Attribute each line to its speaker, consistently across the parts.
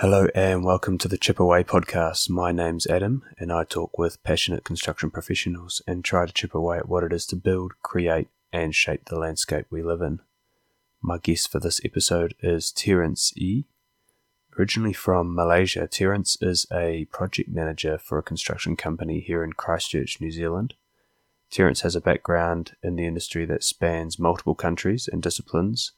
Speaker 1: Hello and welcome to the Chip Away podcast. My name's Adam and I talk with passionate construction professionals and try to chip away at what it is to build, create, and shape the landscape we live in. My guest for this episode is Terence E. Originally from Malaysia, Terence is a project manager for a construction company here in Christchurch, New Zealand. Terence has a background in the industry that spans multiple countries and disciplines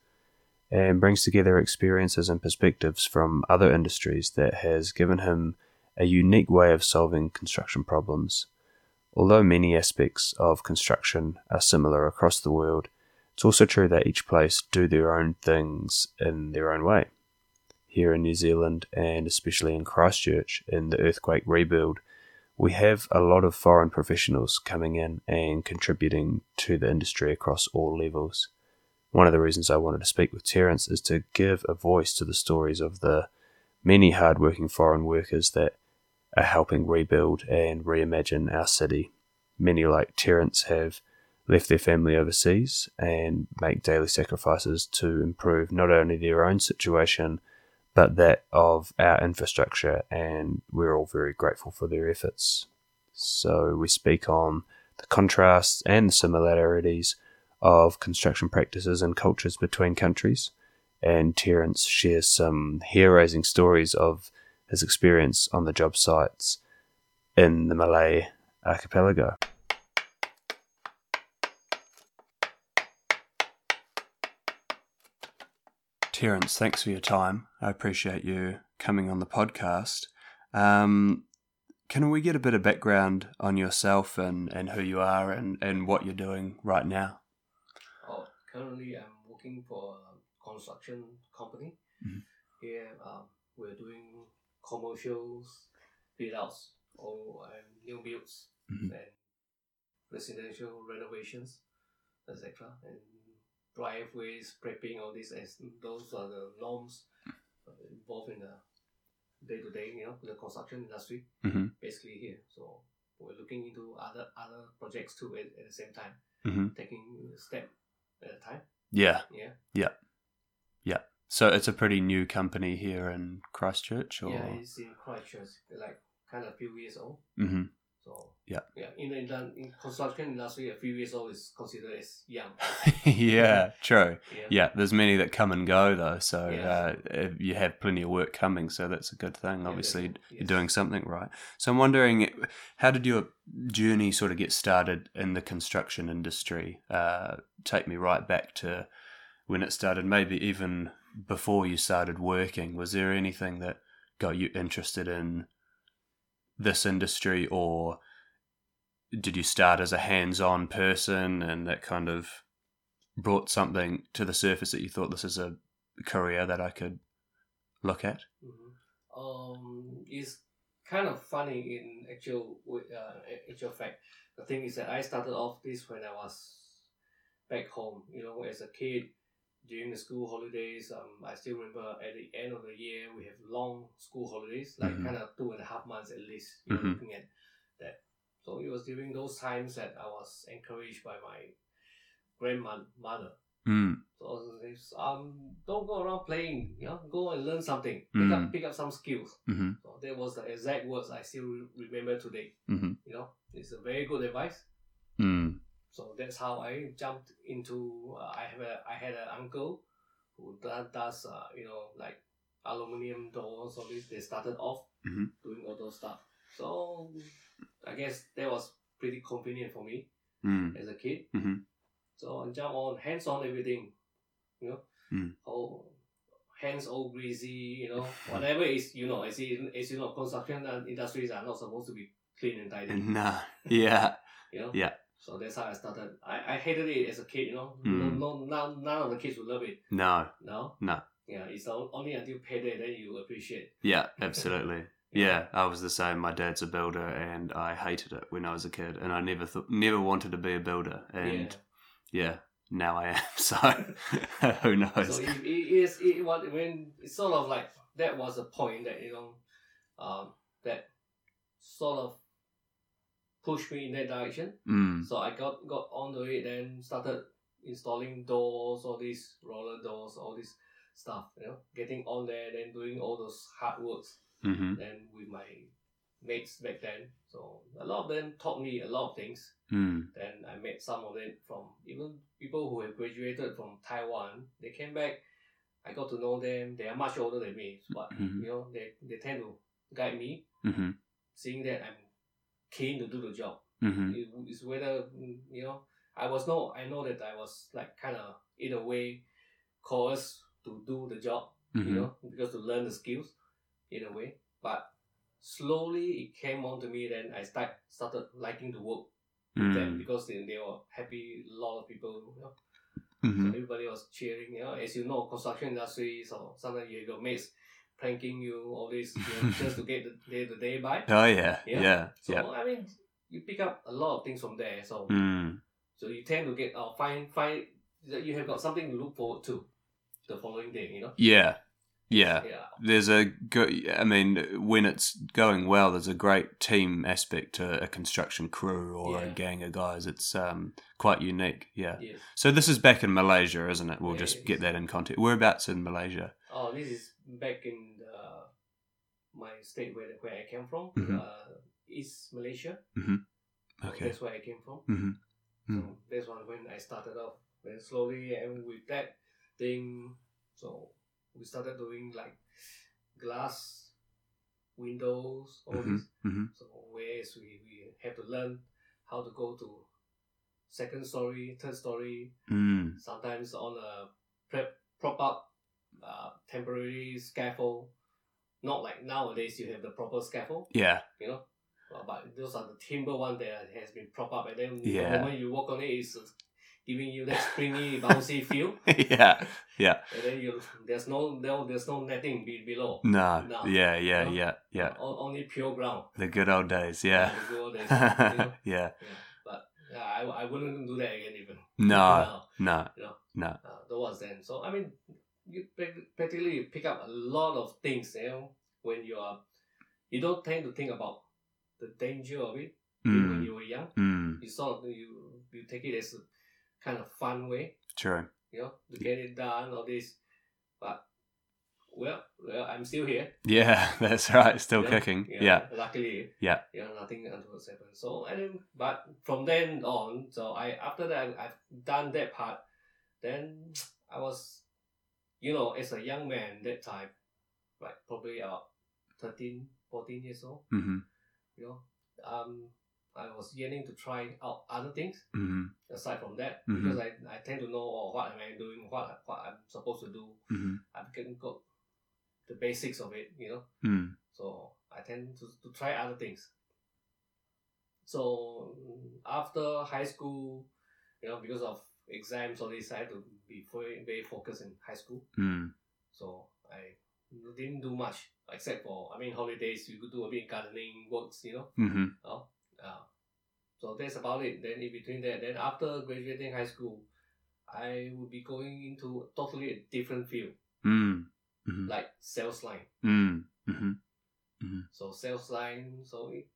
Speaker 1: and brings together experiences and perspectives from other industries that has given him a unique way of solving construction problems. Although many aspects of construction are similar across the world, it's also true that each place do their own things in their own way. Here in New Zealand and especially in Christchurch in the earthquake rebuild, we have a lot of foreign professionals coming in and contributing to the industry across all levels one of the reasons I wanted to speak with Terence is to give a voice to the stories of the many hardworking foreign workers that are helping rebuild and reimagine our city. Many, like Terence, have left their family overseas and make daily sacrifices to improve not only their own situation but that of our infrastructure, and we're all very grateful for their efforts. So, we speak on the contrasts and the similarities of construction practices and cultures between countries. And Terence shares some hair raising stories of his experience on the job sites in the Malay archipelago. Terence, thanks for your time. I appreciate you coming on the podcast. Um, can we get a bit of background on yourself and, and who you are and, and what you're doing right now?
Speaker 2: Oh, currently I'm working for a construction company.
Speaker 1: Mhm.
Speaker 2: Here um, we're doing commercials, build outs, or um, new builds,
Speaker 1: Mhm.
Speaker 2: and residential renovations, etc. And driveways, prepping, all this, as those are the norms uh, involved in the day to day, you know, the construction industry,
Speaker 1: Mm-hmm.
Speaker 2: basically here. So we're looking into other other projects too at, at the same time,
Speaker 1: Mm-hmm.
Speaker 2: taking a step at a time.
Speaker 1: Yeah.
Speaker 2: Yeah.
Speaker 1: So it's a pretty new company here in Christchurch, or
Speaker 2: Yeah, it's in Christchurch, like kind of few years old.
Speaker 1: hmm
Speaker 2: So
Speaker 1: Yeah.
Speaker 2: yeah. In the indu- in construction industry, a few years old is considered as young.
Speaker 1: yeah, true.
Speaker 2: Yeah,
Speaker 1: Yeah, there's many that come and go though, so
Speaker 2: Yeah.
Speaker 1: uh, you have plenty of work coming, so that's a good thing.
Speaker 2: Yeah,
Speaker 1: Obviously,
Speaker 2: definitely.
Speaker 1: you're
Speaker 2: Yes.
Speaker 1: doing something right. So I'm wondering, how did your journey sort of get started in the construction industry? Uh, take me right back to when it started, maybe even before you started working. Was there anything that got you interested in this industry, or did you start as a hands-on person and that kind of brought something to the surface that you thought this is a career that I could look at?
Speaker 2: Mhm. Um, it's kind of funny in actual wi- uh, a- actual fact. The thing is that I started off this when I was back home. You know, as a kid during the school holidays. Um, I still remember at the end of the year we have long school holidays, like
Speaker 1: Mhm.
Speaker 2: kind of two and a half months at least. You know,
Speaker 1: Mhm.
Speaker 2: looking at that. So it was during those times that I was encouraged by my grandmother
Speaker 1: Mm,
Speaker 2: so it's, um, don't go around playing. You know, go and learn something. Pick
Speaker 1: Mm.
Speaker 2: up, pick up some skills.
Speaker 1: hmm
Speaker 2: So that was the exact words I still re- remember today.
Speaker 1: hmm
Speaker 2: You know, it's a very good advice.
Speaker 1: Mm,
Speaker 2: So that's how I jumped into. Uh, I have a, I had an uncle who does, does uh, you know, like aluminium doors. All this they started off
Speaker 1: Mhm.
Speaker 2: doing all those stuff. So I guess that was pretty convenient for me
Speaker 1: mm,
Speaker 2: as a kid.
Speaker 1: Mhm.
Speaker 2: So I jump on hands on everything, you know.
Speaker 1: Mm.
Speaker 2: Oh, hands all greasy, you know. Whatever is, you know, as you as you know, construction uh, industries are not supposed to be clean and tidy,
Speaker 1: nah, yeah,
Speaker 2: you know.
Speaker 1: Mm-hmm. Yeah.
Speaker 2: So that's how I started. I, I hated it as a kid, you know.
Speaker 1: Mm.
Speaker 2: No, no, none, none of the kids would love it.
Speaker 1: no,
Speaker 2: No.
Speaker 1: No.
Speaker 2: Yeah, it's on- only until payday then you appreciate.
Speaker 1: yeah, absolutely. Yeah, I was the same. My dad's a builder, and I hated it when I was a kid, and I never thought, never wanted to be a builder, and yeah, now I am. So who
Speaker 2: yeah.
Speaker 1: knows?
Speaker 2: So it, it is it what when it's sort of like that was a point that you know, um, that sort of pushed me in that direction.
Speaker 1: mm,
Speaker 2: So I got got onto it, then started installing doors, all these roller doors, all these stuff. You know, getting on there, then doing all those hard works,
Speaker 1: Mm-hmm.
Speaker 2: then with my mates back then. So a lot of them taught me a lot of things.
Speaker 1: Mm.
Speaker 2: Then I met some of them from even people who have graduated from Taiwan. They came back. I got to know them. They are much older than me, but
Speaker 1: Mhm.
Speaker 2: you know they, they tend to guide me,
Speaker 1: Mm-hmm.
Speaker 2: seeing that I'm keen to do the job.
Speaker 1: Mm-hmm.
Speaker 2: It It's whether mm, you know I was no I know that I was like kind of in a way coerced to do the job,
Speaker 1: Mm-hmm.
Speaker 2: you know, because to learn the skills in a way. But slowly it came on to me. Then I start started liking to work them
Speaker 1: Mm.
Speaker 2: because they, they were happy. A lot of people, you know,
Speaker 1: Mm-hmm.
Speaker 2: everybody was cheering. You know, as you know, construction industry. So sometimes you have your mates pranking you, all this you know, just to get the day to day by.
Speaker 1: Oh yeah. Yeah.
Speaker 2: Yeah.
Speaker 1: Yeah.
Speaker 2: So I mean, you pick up a lot of things from there. So
Speaker 1: Mm.
Speaker 2: so you tend to get or find find that you have got something to look forward to the following day. You know.
Speaker 1: Yeah. Yeah.
Speaker 2: Yeah.
Speaker 1: There's a good. I mean, when it's going well, there's a great team aspect to a construction crew or a
Speaker 2: Yeah.
Speaker 1: gang of guys. It's um quite unique. Yeah.
Speaker 2: Yes.
Speaker 1: So this is back in Malaysia, isn't it? We'll
Speaker 2: Yeah,
Speaker 1: just
Speaker 2: it
Speaker 1: get
Speaker 2: is.
Speaker 1: that in context. Whereabouts in Malaysia?
Speaker 2: Oh, this is back in the, my state where where I came from,
Speaker 1: Mhm.
Speaker 2: uh, East Malaysia. So
Speaker 1: Okay.
Speaker 2: That's where I came from.
Speaker 1: Mhm.
Speaker 2: So that's one when I started off. Then slowly and with that thing, so we started doing like glass windows, all
Speaker 1: Mhm.
Speaker 2: this.
Speaker 1: Mhm.
Speaker 2: So whereas we, we have to learn how to go to second story, third story,
Speaker 1: Mm.
Speaker 2: sometimes on a prep, prop up uh, temporary scaffold. Not like nowadays you have the proper scaffold,
Speaker 1: Yeah.
Speaker 2: you know. But- But those are the timber one that has been propped up, and then
Speaker 1: Yeah.
Speaker 2: the moment you walk on it, it's uh, giving you that springy, bouncy feel,
Speaker 1: yeah. Yeah.
Speaker 2: and then you there's no no there's no netting be, below,
Speaker 1: No.
Speaker 2: No.
Speaker 1: Yeah. Yeah.
Speaker 2: No.
Speaker 1: Yeah. Yeah.
Speaker 2: O- only pure ground.
Speaker 1: The good old days. Yeah.
Speaker 2: The good old days, you know?
Speaker 1: yeah.
Speaker 2: Yeah, I, I wouldn't do that again even.
Speaker 1: No.
Speaker 2: Now,
Speaker 1: No.
Speaker 2: uh, that was then. So I mean, you prac- practically you pick up a lot of things, you know, when you are, you don't tend to think about the danger of it when
Speaker 1: Mm.
Speaker 2: you were young.
Speaker 1: Mm.
Speaker 2: You sort of you you take it as a kind of fun way,
Speaker 1: True.
Speaker 2: you know, to get it done all this. But well, well, I'm still here.
Speaker 1: Yeah. That's right. Still
Speaker 2: you know?
Speaker 1: kicking. Yeah.
Speaker 2: Luckily.
Speaker 1: Yeah.
Speaker 2: You know, nothing untoward happened. So and then, but from then on, so I after that I, I've done that part. Then I was, you know, as a young man that time, like probably about 13, 14 years old.
Speaker 1: Mm-hmm.
Speaker 2: You know, um, I was yearning to try out other things.
Speaker 1: Mm-hmm.
Speaker 2: aside from that
Speaker 1: Mhm.
Speaker 2: because I, I tend to know oh, what am I doing, what what I'm supposed to do.
Speaker 1: Mm-hmm.
Speaker 2: I've gotten got the basics of it, you know.
Speaker 1: Mm.
Speaker 2: So I tend to, to try other things. So mm, after high school, you know, because of exams all this, I had to be very, very focused in high school.
Speaker 1: Mm.
Speaker 2: So I didn't do much except for I mean holidays you could do a bit gardening works, you know.
Speaker 1: Mm-hmm.
Speaker 2: Oh, uh, so that's about it. Then in between that, then after graduating high school, I will be going into totally a different field,
Speaker 1: Mm. Mm-hmm.
Speaker 2: like sales line.
Speaker 1: Mm. Mm-hmm.
Speaker 2: So sales line, so it,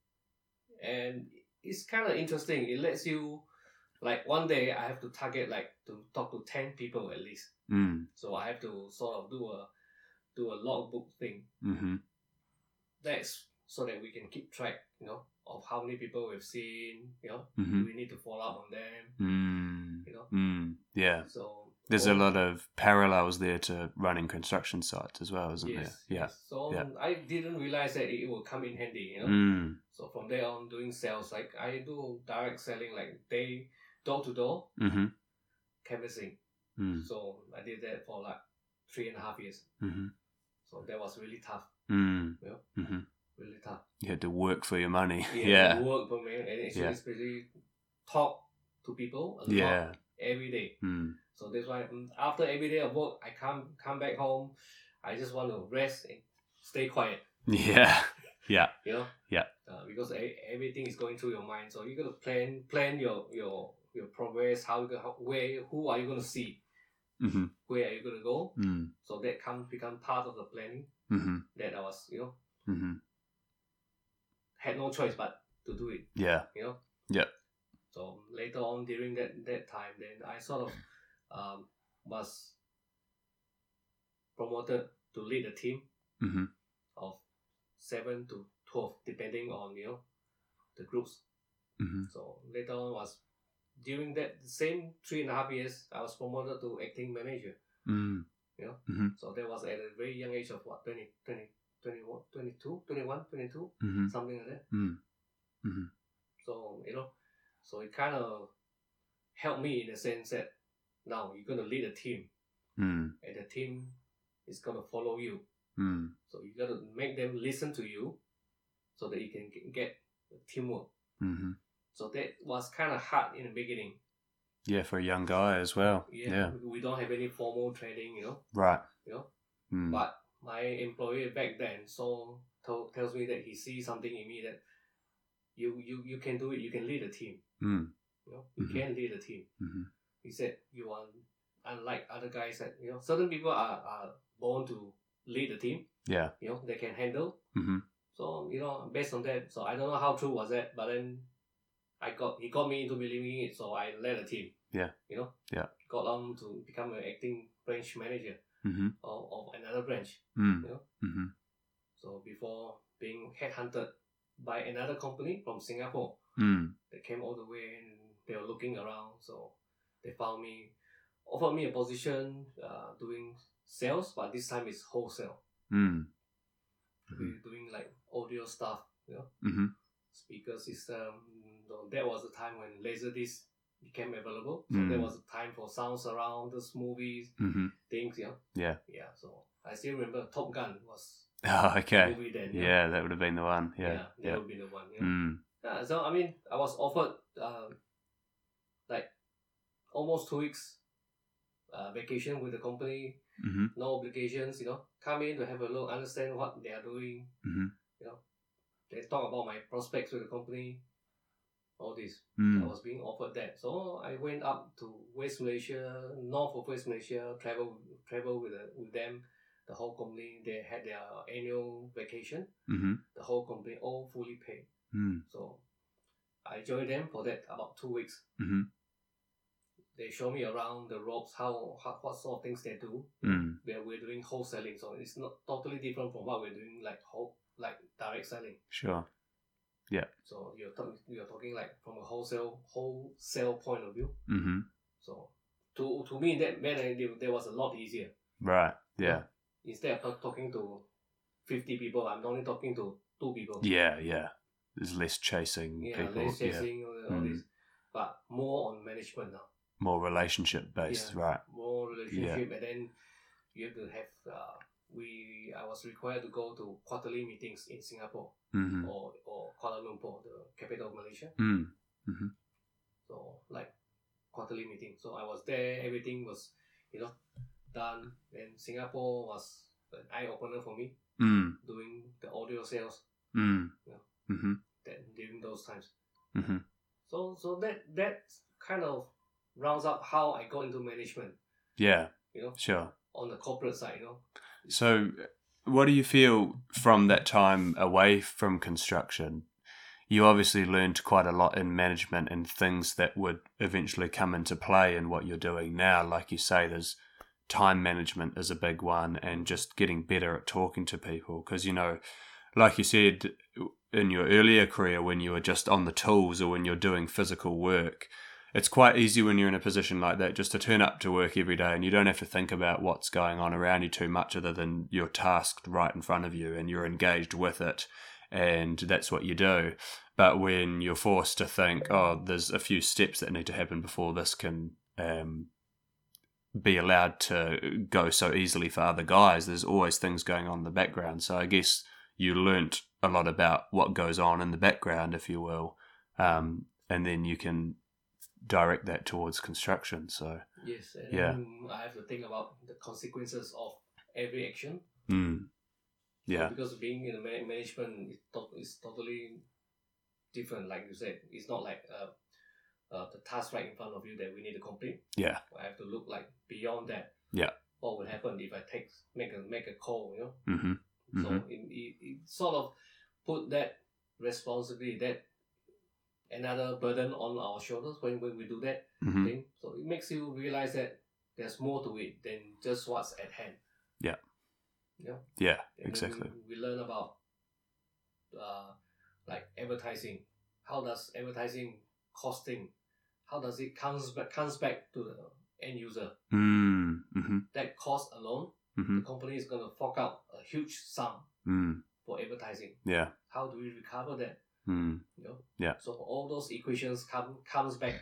Speaker 2: and it's kind of interesting. It lets you, like one day I have to target like to talk to ten people at least.
Speaker 1: Mm.
Speaker 2: So I have to sort of do a do a logbook thing.
Speaker 1: Mm-hmm.
Speaker 2: That's so that we can keep track, you know, of how many people we've seen. You know,
Speaker 1: Mm-hmm.
Speaker 2: we need to follow up on them.
Speaker 1: Mm.
Speaker 2: You know,
Speaker 1: Mm. Yeah.
Speaker 2: So
Speaker 1: There's a lot of parallels there to running construction sites as well, isn't
Speaker 2: yes,
Speaker 1: there? Yeah.
Speaker 2: yes. So um,
Speaker 1: yeah.
Speaker 2: I didn't realize that it will come in handy. You know.
Speaker 1: Mm.
Speaker 2: So from there on, doing sales like I do direct selling, like day door to door
Speaker 1: Mm-hmm.
Speaker 2: canvassing.
Speaker 1: Mm.
Speaker 2: So I did that for like three and a half years.
Speaker 1: Mm-hmm.
Speaker 2: So that was really tough,
Speaker 1: Mm.
Speaker 2: Yeah.
Speaker 1: Mm-hmm.
Speaker 2: really tough.
Speaker 1: You had to work for your money.
Speaker 2: Yeah.
Speaker 1: Yeah.
Speaker 2: Work for me, and actually,
Speaker 1: Yeah.
Speaker 2: especially talk to people a lot
Speaker 1: Yeah.
Speaker 2: every day.
Speaker 1: Mm.
Speaker 2: So that's why mm, after every day of work, I come come back home. I just want to rest and stay quiet.
Speaker 1: Yeah. Yeah.
Speaker 2: you know
Speaker 1: Yeah.
Speaker 2: uh, because e- everything is going through your mind so you got to plan plan your your your progress how you gonna, how, where who are you going to see
Speaker 1: Mm-hmm.
Speaker 2: where are you going to go
Speaker 1: Mm.
Speaker 2: so that come become part of the planning
Speaker 1: Mm-hmm.
Speaker 2: that i was you know
Speaker 1: Mm-hmm.
Speaker 2: had no choice but to do it
Speaker 1: Yeah.
Speaker 2: you know
Speaker 1: Yeah.
Speaker 2: so later on during that that time then i sort of um was promoted to lead a team
Speaker 1: hmm
Speaker 2: of seven to twelve, depending on you know the groups.
Speaker 1: hmm
Speaker 2: So later on was during that same three and a half years, I was promoted to acting manager.
Speaker 1: Mm.
Speaker 2: So that was at a very young age of what 20, 20, 21, 22, 21, 22,
Speaker 1: hmm
Speaker 2: something like that.
Speaker 1: Mm. hmm
Speaker 2: So you know, so it kind of helped me in the sense that now you're gonna lead a team,
Speaker 1: Mm.
Speaker 2: and the team is gonna follow you.
Speaker 1: Mm.
Speaker 2: So you gotta make them listen to you, so that you can g- get teamwork.
Speaker 1: hmm
Speaker 2: So that was kind of hard in the beginning.
Speaker 1: Yeah, for a young guy as well.
Speaker 2: Yeah, we- we don't have any formal training, you know,
Speaker 1: Right.
Speaker 2: you know.
Speaker 1: Mm.
Speaker 2: But my employer back then so told, tells me that he sees something in me that you you you can do it. You can lead a team.
Speaker 1: Mm.
Speaker 2: You know, you
Speaker 1: Mhm.
Speaker 2: can lead a team.
Speaker 1: hmm
Speaker 2: He said you are unlike other guys that you know. Certain people are, are born to lead a team.
Speaker 1: Yeah.
Speaker 2: You know, they can handle.
Speaker 1: hmm
Speaker 2: So you know, based on that, so I don't know how true was that, but then I got he got me into believing it, so I led a team.
Speaker 1: Yeah.
Speaker 2: You know.
Speaker 1: Yeah.
Speaker 2: Got on to become an acting branch manager
Speaker 1: hmm
Speaker 2: of, of another branch.
Speaker 1: Mm.
Speaker 2: Yeah.
Speaker 1: hmm
Speaker 2: So before being headhunted by another company from Singapore,
Speaker 1: Mm.
Speaker 2: they came all the way and they were looking around. So they found me, offered me a position uh, doing sales, but this time it's wholesale.
Speaker 1: Mm. Mm-hmm.
Speaker 2: We're doing like audio stuff, you know,
Speaker 1: hmm
Speaker 2: speaker system. So that was the time when Laserdisc became available. So
Speaker 1: Mm.
Speaker 2: there was a time for sound surrounders, movies,
Speaker 1: hmm
Speaker 2: things, you know.
Speaker 1: Yeah.
Speaker 2: Yeah. So I still remember Top Gun was
Speaker 1: Oh,
Speaker 2: the
Speaker 1: okay.
Speaker 2: movie then. you know.
Speaker 1: Yeah, that would have been the one. Yeah.
Speaker 2: that
Speaker 1: Yeah.
Speaker 2: would be the one. You know.
Speaker 1: Mm.
Speaker 2: Yeah, so I mean, I was offered um, like almost two weeks uh, vacation with the company,
Speaker 1: hmm
Speaker 2: no obligations. You know, come in to have a look, understand what they are doing.
Speaker 1: hmm
Speaker 2: You know, they talk about my prospects with the company, all this. I
Speaker 1: Mm.
Speaker 2: was being offered that, so I went up to West Malaysia, north of West Malaysia, travel travel with the, with them. The whole company they had their annual vacation.
Speaker 1: hmm
Speaker 2: The whole company all fully paid.
Speaker 1: Mm.
Speaker 2: So I joined them for that about two weeks.
Speaker 1: Mhm.
Speaker 2: They show me around the ropes, how, how what sort of things they do.
Speaker 1: Mm.
Speaker 2: Where we're doing wholesaling, so it's not totally different from what we're doing like whole like direct selling.
Speaker 1: Sure.
Speaker 2: So you're talking you're talking like from a wholesale wholesale point of view.
Speaker 1: hmm
Speaker 2: So to to me that meant that it- that was a lot easier.
Speaker 1: Right. Yeah.
Speaker 2: Instead of talk- talking to fifty people, I'm only talking to two people.
Speaker 1: Yeah. Yeah. There's less chasing
Speaker 2: yeah,
Speaker 1: people.
Speaker 2: less
Speaker 1: Yeah.
Speaker 2: chasing all
Speaker 1: Mm.
Speaker 2: this, but more on management now.
Speaker 1: More relationship based.
Speaker 2: Yeah.
Speaker 1: Right.
Speaker 2: more relationship and then you have to have uh, we I was required to go to quarterly meetings in Singapore
Speaker 1: hmm
Speaker 2: or, or Kuala Lumpur, the capital of Malaysia.
Speaker 1: Mm.
Speaker 2: So like quarterly meeting. So I was there, everything was, you know, done. And Singapore was an eye opener for me
Speaker 1: Mm.
Speaker 2: doing the audio sales
Speaker 1: Mm.
Speaker 2: Yeah.
Speaker 1: hmm
Speaker 2: that during those times.
Speaker 1: hmm
Speaker 2: So so that that kind of rounds up how I got into management,
Speaker 1: Yeah.
Speaker 2: you know,
Speaker 1: Sure.
Speaker 2: on the corporate side, you know.
Speaker 1: So, what do you feel from that time away from construction? You obviously learned quite a lot in management and things that would eventually come into play in what you're doing now. Like you say, there's time management is a big one, and just getting better at talking to people. Because, you know, like you said in your earlier career, when you were just on the tools or when you're doing physical work, it's quite easy when you're in a position like that just to turn up to work every day and you don't have to think about what's going on around you too much other than you're tasked right in front of you and you're engaged with it and that's what you do but when you're forced to think oh there's a few steps that need to happen before this can um, be allowed to go so easily for other guys there's always things going on in the background so i guess you learnt a lot about what goes on in the background if you will um, and then you can direct that towards construction. So,
Speaker 2: Yes, and
Speaker 1: Yeah.
Speaker 2: then I have to think about the consequences of every action.
Speaker 1: mm. yeah,
Speaker 2: Because being in the man- management is, to- is totally different, like you said. It's not like uh, uh, the task right in front of you that we need to complete.
Speaker 1: yeah,
Speaker 2: I have to look like beyond that.
Speaker 1: Yeah.
Speaker 2: What would happen if I take make a make a call? You know.
Speaker 1: hmm
Speaker 2: So it, it, it sort of put that responsibility, that another burden on our shoulders when, when we do that.
Speaker 1: hmm
Speaker 2: thing. So it makes you realize that there's more to it than just what's at hand.
Speaker 1: Yeah.
Speaker 2: Yeah.
Speaker 1: Yeah,
Speaker 2: And then
Speaker 1: exactly.
Speaker 2: We, we learn about uh, like advertising. How does advertising costing? How does it comes back comes back to the end user?
Speaker 1: Mm, mm-hmm,
Speaker 2: That cost alone,
Speaker 1: mm-hmm,
Speaker 2: the company is gonna fork out a huge sum
Speaker 1: mm,
Speaker 2: for advertising.
Speaker 1: yeah,
Speaker 2: How do we recover that?
Speaker 1: mm,
Speaker 2: You know?
Speaker 1: Yeah.
Speaker 2: So all those equations come comes back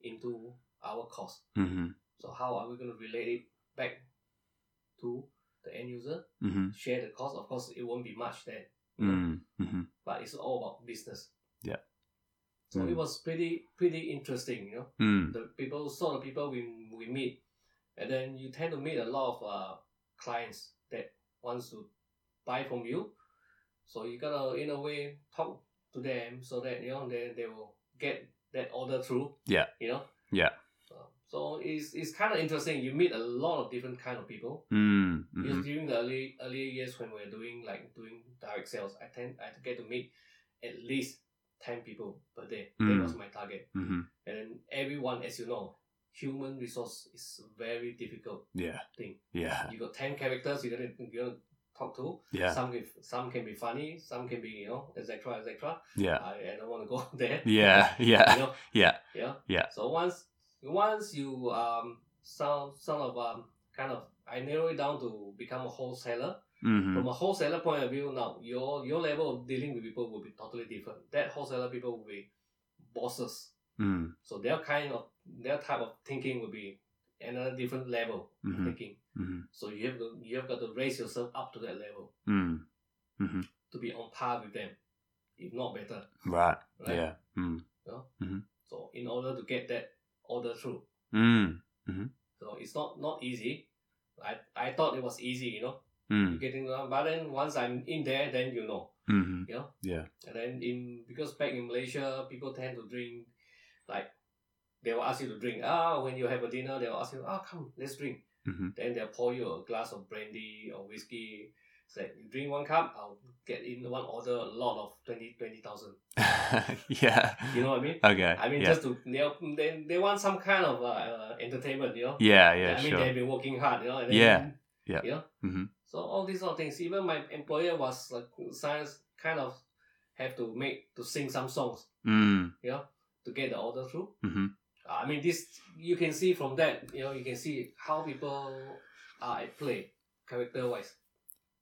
Speaker 2: into our cost.
Speaker 1: mm-hmm,
Speaker 2: So how are we gonna relate it back to the end user?
Speaker 1: mm-hmm,
Speaker 2: Share the cost. Of course, it won't be much then. you know.
Speaker 1: mm, mm-hmm.
Speaker 2: but it's all about business.
Speaker 1: Yeah.
Speaker 2: So
Speaker 1: Mm.
Speaker 2: it was pretty pretty interesting, you know.
Speaker 1: Mm,
Speaker 2: The people sort of people we we meet, and then you tend to meet a lot of uh, clients that wants to buy from you. So you gotta in a way talk to them so that you know they, they will get that order through.
Speaker 1: Yeah.
Speaker 2: You know.
Speaker 1: Yeah.
Speaker 2: Uh, So it's it's kind of interesting. You meet a lot of different kind of people.
Speaker 1: mm,
Speaker 2: Because
Speaker 1: mm-hmm,
Speaker 2: during the early earlier years when we are doing like doing direct sales, I tend I get to meet at least ten people per day.
Speaker 1: Mm.
Speaker 2: That was my target.
Speaker 1: mm-hmm.
Speaker 2: And then everyone, as you know, human resource is very difficult.
Speaker 1: Yeah,
Speaker 2: Thing.
Speaker 1: yeah,
Speaker 2: You got ten characters you gotta you gotta talk to.
Speaker 1: yeah,
Speaker 2: Some can some can be funny, some can be you know etc etc.
Speaker 1: yeah,
Speaker 2: I, I don't want to go there.
Speaker 1: yeah, yeah,
Speaker 2: You know,
Speaker 1: yeah,
Speaker 2: yeah.
Speaker 1: Yeah.
Speaker 2: So once once you um some sort of um kind of I narrow it down to become a wholesaler
Speaker 1: mm-hmm,
Speaker 2: from a wholesaler point of view now your your level of dealing with people will be totally different that wholesaler people will be bosses
Speaker 1: mm,
Speaker 2: so their kind of their type of thinking will be another different level of
Speaker 1: Mhm.
Speaker 2: thinking
Speaker 1: mm-hmm,
Speaker 2: so you have to you have got to raise yourself up to that level
Speaker 1: mm,
Speaker 2: to be on par with them if not better
Speaker 1: right,
Speaker 2: right
Speaker 1: yeah, mm,
Speaker 2: so in order to get that order through
Speaker 1: mm,
Speaker 2: so it's not not easy i i thought it was easy you know
Speaker 1: mm,
Speaker 2: getting around but then once i'm in there then you know
Speaker 1: mm-hmm,
Speaker 2: you know
Speaker 1: yeah,
Speaker 2: And then in because back in Malaysia, people tend to drink, like they will ask you to drink. Ah, when you have a dinner, they will ask you, ah, come, let's drink.
Speaker 1: mm-hmm,
Speaker 2: Then they'll pour you a glass of brandy or whiskey. It's like you drink one cup, I'll get in one order a lot of 20 20,000.
Speaker 1: Mm-hmm. yeah,
Speaker 2: you know what I mean?
Speaker 1: okay,
Speaker 2: I mean,
Speaker 1: yeah,
Speaker 2: just to they they, they want some kind of uh, uh, entertainment, you know.
Speaker 1: yeah, yeah,
Speaker 2: I mean,
Speaker 1: sure,
Speaker 2: they've been working hard, you know. And then,
Speaker 1: Yeah, yeah.
Speaker 2: You know?
Speaker 1: Mhm.
Speaker 2: So all these sort of things. Even my employer was like science kind of have to make to sing some songs
Speaker 1: mm,
Speaker 2: you know, to get the order through.
Speaker 1: mm-hmm,
Speaker 2: Uh, I mean, this you can see from that, you know, you can see how people are at play character wise.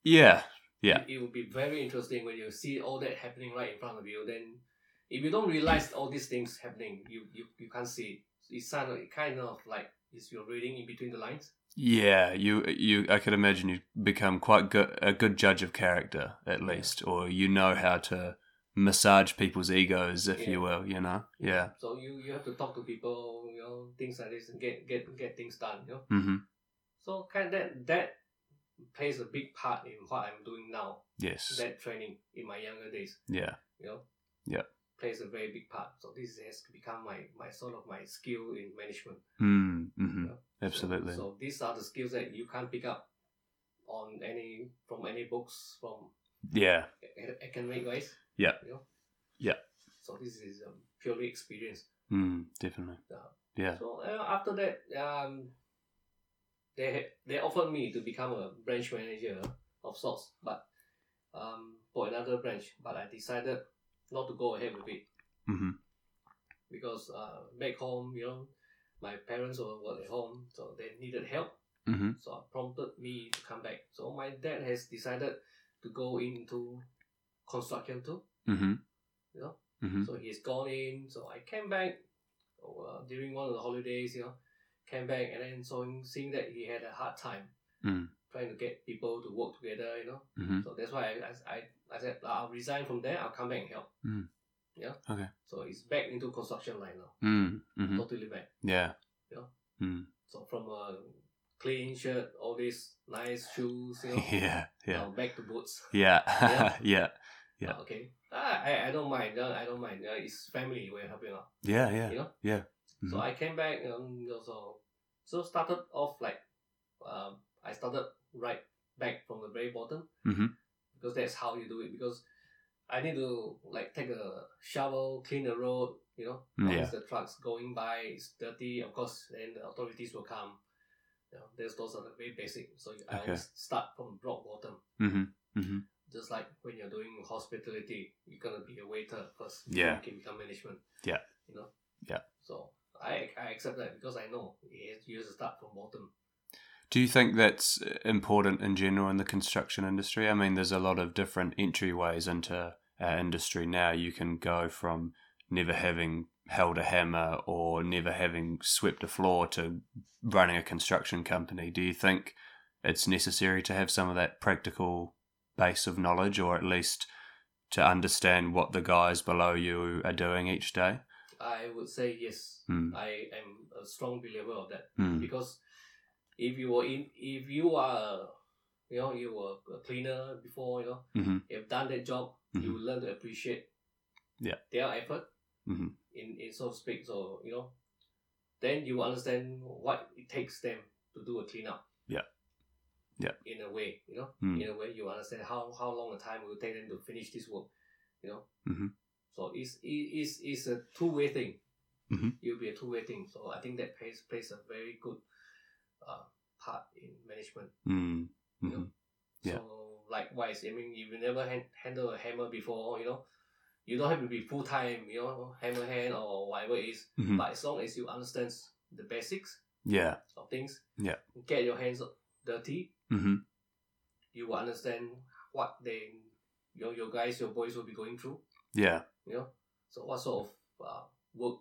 Speaker 1: yeah, Yeah.
Speaker 2: It, it will be very interesting when you see all that happening right in front of you. Then, if you don't realize all these things happening, you you, you can't see it. It's kind of, kind of like is you're reading in between the lines.
Speaker 1: Yeah, you you I could imagine you become quite good a good judge of character at least, or you know how to massage people's egos, if you will. You know, yeah.
Speaker 2: So you you have to talk to people, you know, things like this, and get get get things done, you know.
Speaker 1: Mm-hmm.
Speaker 2: So kind of that that plays a big part in what I'm doing now.
Speaker 1: Yes.
Speaker 2: That training in my younger days.
Speaker 1: yeah.
Speaker 2: you know
Speaker 1: Yeah.
Speaker 2: plays a very big part so this has become my my sort of my skill in management
Speaker 1: Mm, hmm
Speaker 2: Yeah.
Speaker 1: Absolutely.
Speaker 2: so, so these are the skills that you can't pick up on any from any books from
Speaker 1: yeah.
Speaker 2: a- academic wise
Speaker 1: Yeah.
Speaker 2: you know?
Speaker 1: Yeah.
Speaker 2: so this is um, purely experience
Speaker 1: Mm, definitely.
Speaker 2: Yeah.
Speaker 1: Yeah.
Speaker 2: so uh, after that um they had- they offered me to become a branch manager of sorts but um for another branch but i decided not to go ahead with it
Speaker 1: Mm-hmm.
Speaker 2: because uh, back home, you know, my parents were, were at home, so they needed help.
Speaker 1: Mm-hmm.
Speaker 2: So it prompted me to come back. So my dad has decided to go into construction too.
Speaker 1: Mm-hmm.
Speaker 2: Yeah.
Speaker 1: Mm-hmm.
Speaker 2: So he's gone in. So I came back uh, during one of the holidays, you know, came back and then so seeing that he had a hard time
Speaker 1: Mm.
Speaker 2: trying to get people to work together, you know.
Speaker 1: Mm-hmm.
Speaker 2: So that's why I, I, I said, I'll resign from there, I'll come back and help.
Speaker 1: Mm.
Speaker 2: Yeah.
Speaker 1: Okay.
Speaker 2: So he's back into construction line now,
Speaker 1: Mm, mm-hmm.
Speaker 2: totally back.
Speaker 1: Yeah.
Speaker 2: So from a clean shirt, all these nice shoes, you know,
Speaker 1: Yeah. Yeah.
Speaker 2: now back to boots.
Speaker 1: Yeah.
Speaker 2: Yeah.
Speaker 1: yeah. Yeah.
Speaker 2: Uh, okay, ah, I, I don't mind. uh, I don't mind. Uh, it's family we're helping out.
Speaker 1: Yeah. Yeah.
Speaker 2: You know.
Speaker 1: Yeah.
Speaker 2: So
Speaker 1: Mhm.
Speaker 2: I came back. Um, you know, so so started off like, um, I started right back from the very bottom
Speaker 1: Mhm.
Speaker 2: because that's how you do it. Because I need to like take a shovel, clean the road. You know,
Speaker 1: Mm,
Speaker 2: once the trucks going by, it's dirty. Of course, then the authorities will come. You know, there's those are the very basic. So I
Speaker 1: Okay.
Speaker 2: always start from rock bottom.
Speaker 1: Mm-hmm. Mm-hmm.
Speaker 2: Just like when you're doing hospitality, you're gonna be a waiter first.
Speaker 1: Yeah.
Speaker 2: You can become management.
Speaker 1: Yeah.
Speaker 2: You know.
Speaker 1: Yeah.
Speaker 2: So I I accept that because I know you you have to start from bottom.
Speaker 1: Do you think that's important in general in the construction industry? I mean, there's a lot of different entryways into our industry now. You can go from never having held a hammer or never having swept a floor to running a construction company. Do you think it's necessary to have some of that practical base of knowledge or at least to understand what the guys below you are doing each day?
Speaker 2: I would say yes.
Speaker 1: Mm.
Speaker 2: I am a strong believer of that
Speaker 1: Mm.
Speaker 2: because if you were in if you are a- you know you were a cleaner before you know
Speaker 1: hmm
Speaker 2: you've done that job
Speaker 1: Mhm.
Speaker 2: you will learn to appreciate
Speaker 1: Yeah.
Speaker 2: their effort
Speaker 1: Mhm.
Speaker 2: in in so to speak so you know then you understand what it takes them to do a cleanup
Speaker 1: Yeah. Yeah.
Speaker 2: in a way you know
Speaker 1: Mm.
Speaker 2: in a way you understand how how long a time it will take them to finish this work you know
Speaker 1: Mhm.
Speaker 2: so it's it, it's it's a two-way thing
Speaker 1: Mhm.
Speaker 2: you'll be a two-way thing so i think that plays plays a very good uh, part in management
Speaker 1: Mm.
Speaker 2: you
Speaker 1: hmm
Speaker 2: know.
Speaker 1: Yeah.
Speaker 2: So likewise, I mean, if you never hand, handle a hammer before, you know, you don't have to be full time, you know, hammer hand or whatever it is.
Speaker 1: hmm
Speaker 2: But as long as you understand the basics
Speaker 1: Yeah.
Speaker 2: of things,
Speaker 1: Yeah.
Speaker 2: get your hands dirty,
Speaker 1: hmm
Speaker 2: you will understand what they, your your guys, your boys will be going through,
Speaker 1: Yeah.
Speaker 2: you know. So what sort of uh, work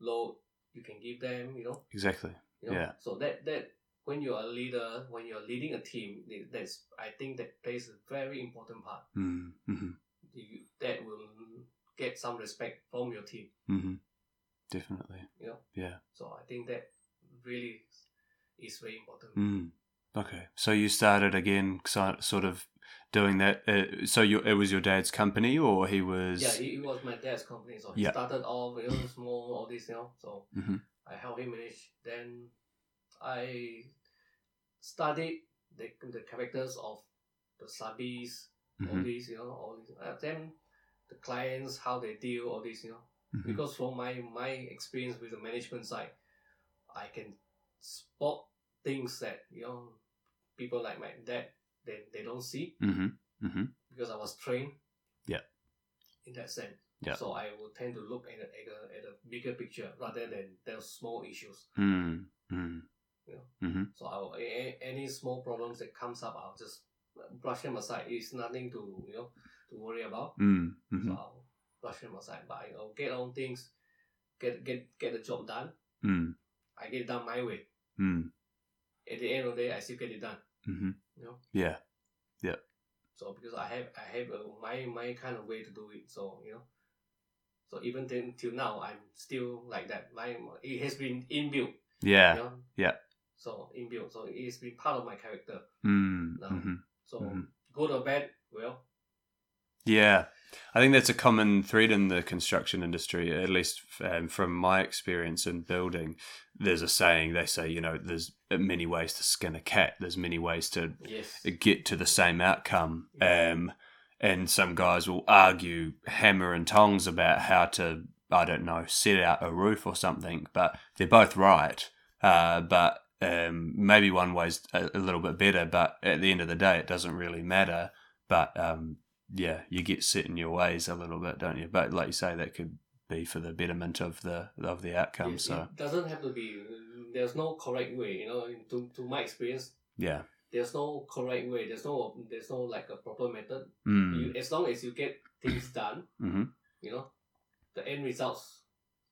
Speaker 2: load you can give them, you know.
Speaker 1: Exactly.
Speaker 2: You know?
Speaker 1: Yeah.
Speaker 2: So that that when you're a leader, when you're leading a team, th- that's I think that plays a very important part.
Speaker 1: Mm-hmm.
Speaker 2: You, that will get some respect from your team.
Speaker 1: Mm-hmm. Definitely.
Speaker 2: You know.
Speaker 1: Yeah.
Speaker 2: So I think that really is very important.
Speaker 1: Mm. Okay. So you started again, so- sort of doing that. Uh, so you, it was your dad's company, or he was.
Speaker 2: Yeah, it, it was my dad's company, so he
Speaker 1: Yeah.
Speaker 2: started off you know, small, all this, you know. So
Speaker 1: Mhm.
Speaker 2: I helped him manage. Then I studied the, the characters of the subbies, all
Speaker 1: Mhm.
Speaker 2: these, you know, all these. Uh, then the clients, how they deal, all this, you know.
Speaker 1: Mhm.
Speaker 2: Because from my my experience with the management side, I can spot things that you know people like my dad they, they don't see
Speaker 1: Mhm. Mhm.
Speaker 2: because I was trained.
Speaker 1: Yeah.
Speaker 2: In that sense.
Speaker 1: Yeah.
Speaker 2: So I would tend to look at a, at a, at a bigger picture rather than those small issues.
Speaker 1: Mm. Mm.
Speaker 2: Yeah.
Speaker 1: Mhm.
Speaker 2: So I will, a, a- any small problems that comes up, I'll just brush them aside. It's nothing to you know to worry about.
Speaker 1: Mm.
Speaker 2: So
Speaker 1: Mhm.
Speaker 2: I'll brush them aside. But I'll get on things, get get get the job done.
Speaker 1: Mm.
Speaker 2: I get it done my way.
Speaker 1: Mm.
Speaker 2: At the end of the day, I still get it done.
Speaker 1: Mhm.
Speaker 2: You know.
Speaker 1: Yeah.
Speaker 2: So because I have I have a, my my kind of way to do it. So you know, so even then till now I'm still like that. My it has been inbuilt. You
Speaker 1: Yeah.
Speaker 2: know?
Speaker 1: yeah.
Speaker 2: So inbuilt. So it's been part of my character.
Speaker 1: Mm.
Speaker 2: No.
Speaker 1: Mhm.
Speaker 2: So
Speaker 1: Mhm.
Speaker 2: good or bad, well,
Speaker 1: Yeah, I think that's a common thread in the construction industry, at least um, from my experience in building. There's a saying they say, you know, there's many ways to skin a cat. There's many ways to
Speaker 2: yes,
Speaker 1: get to the same outcome. Um, and some guys will argue hammer and tongs about how to, I don't know, set out a roof or something, but they're both right. Uh, but um, maybe one way's a, a little bit better, but at the end of the day, it doesn't really matter. But um, yeah, you get set in your ways a little bit, don't you? But like you say, that could be for the betterment of the of the outcome.
Speaker 2: Yes,
Speaker 1: so
Speaker 2: it doesn't have to be. There's no correct way. You know, to to my experience,
Speaker 1: yeah,
Speaker 2: there's no correct way. There's no there's no like a proper method.
Speaker 1: mm,
Speaker 2: You, as long as you get things done,
Speaker 1: hmm
Speaker 2: you know, the end results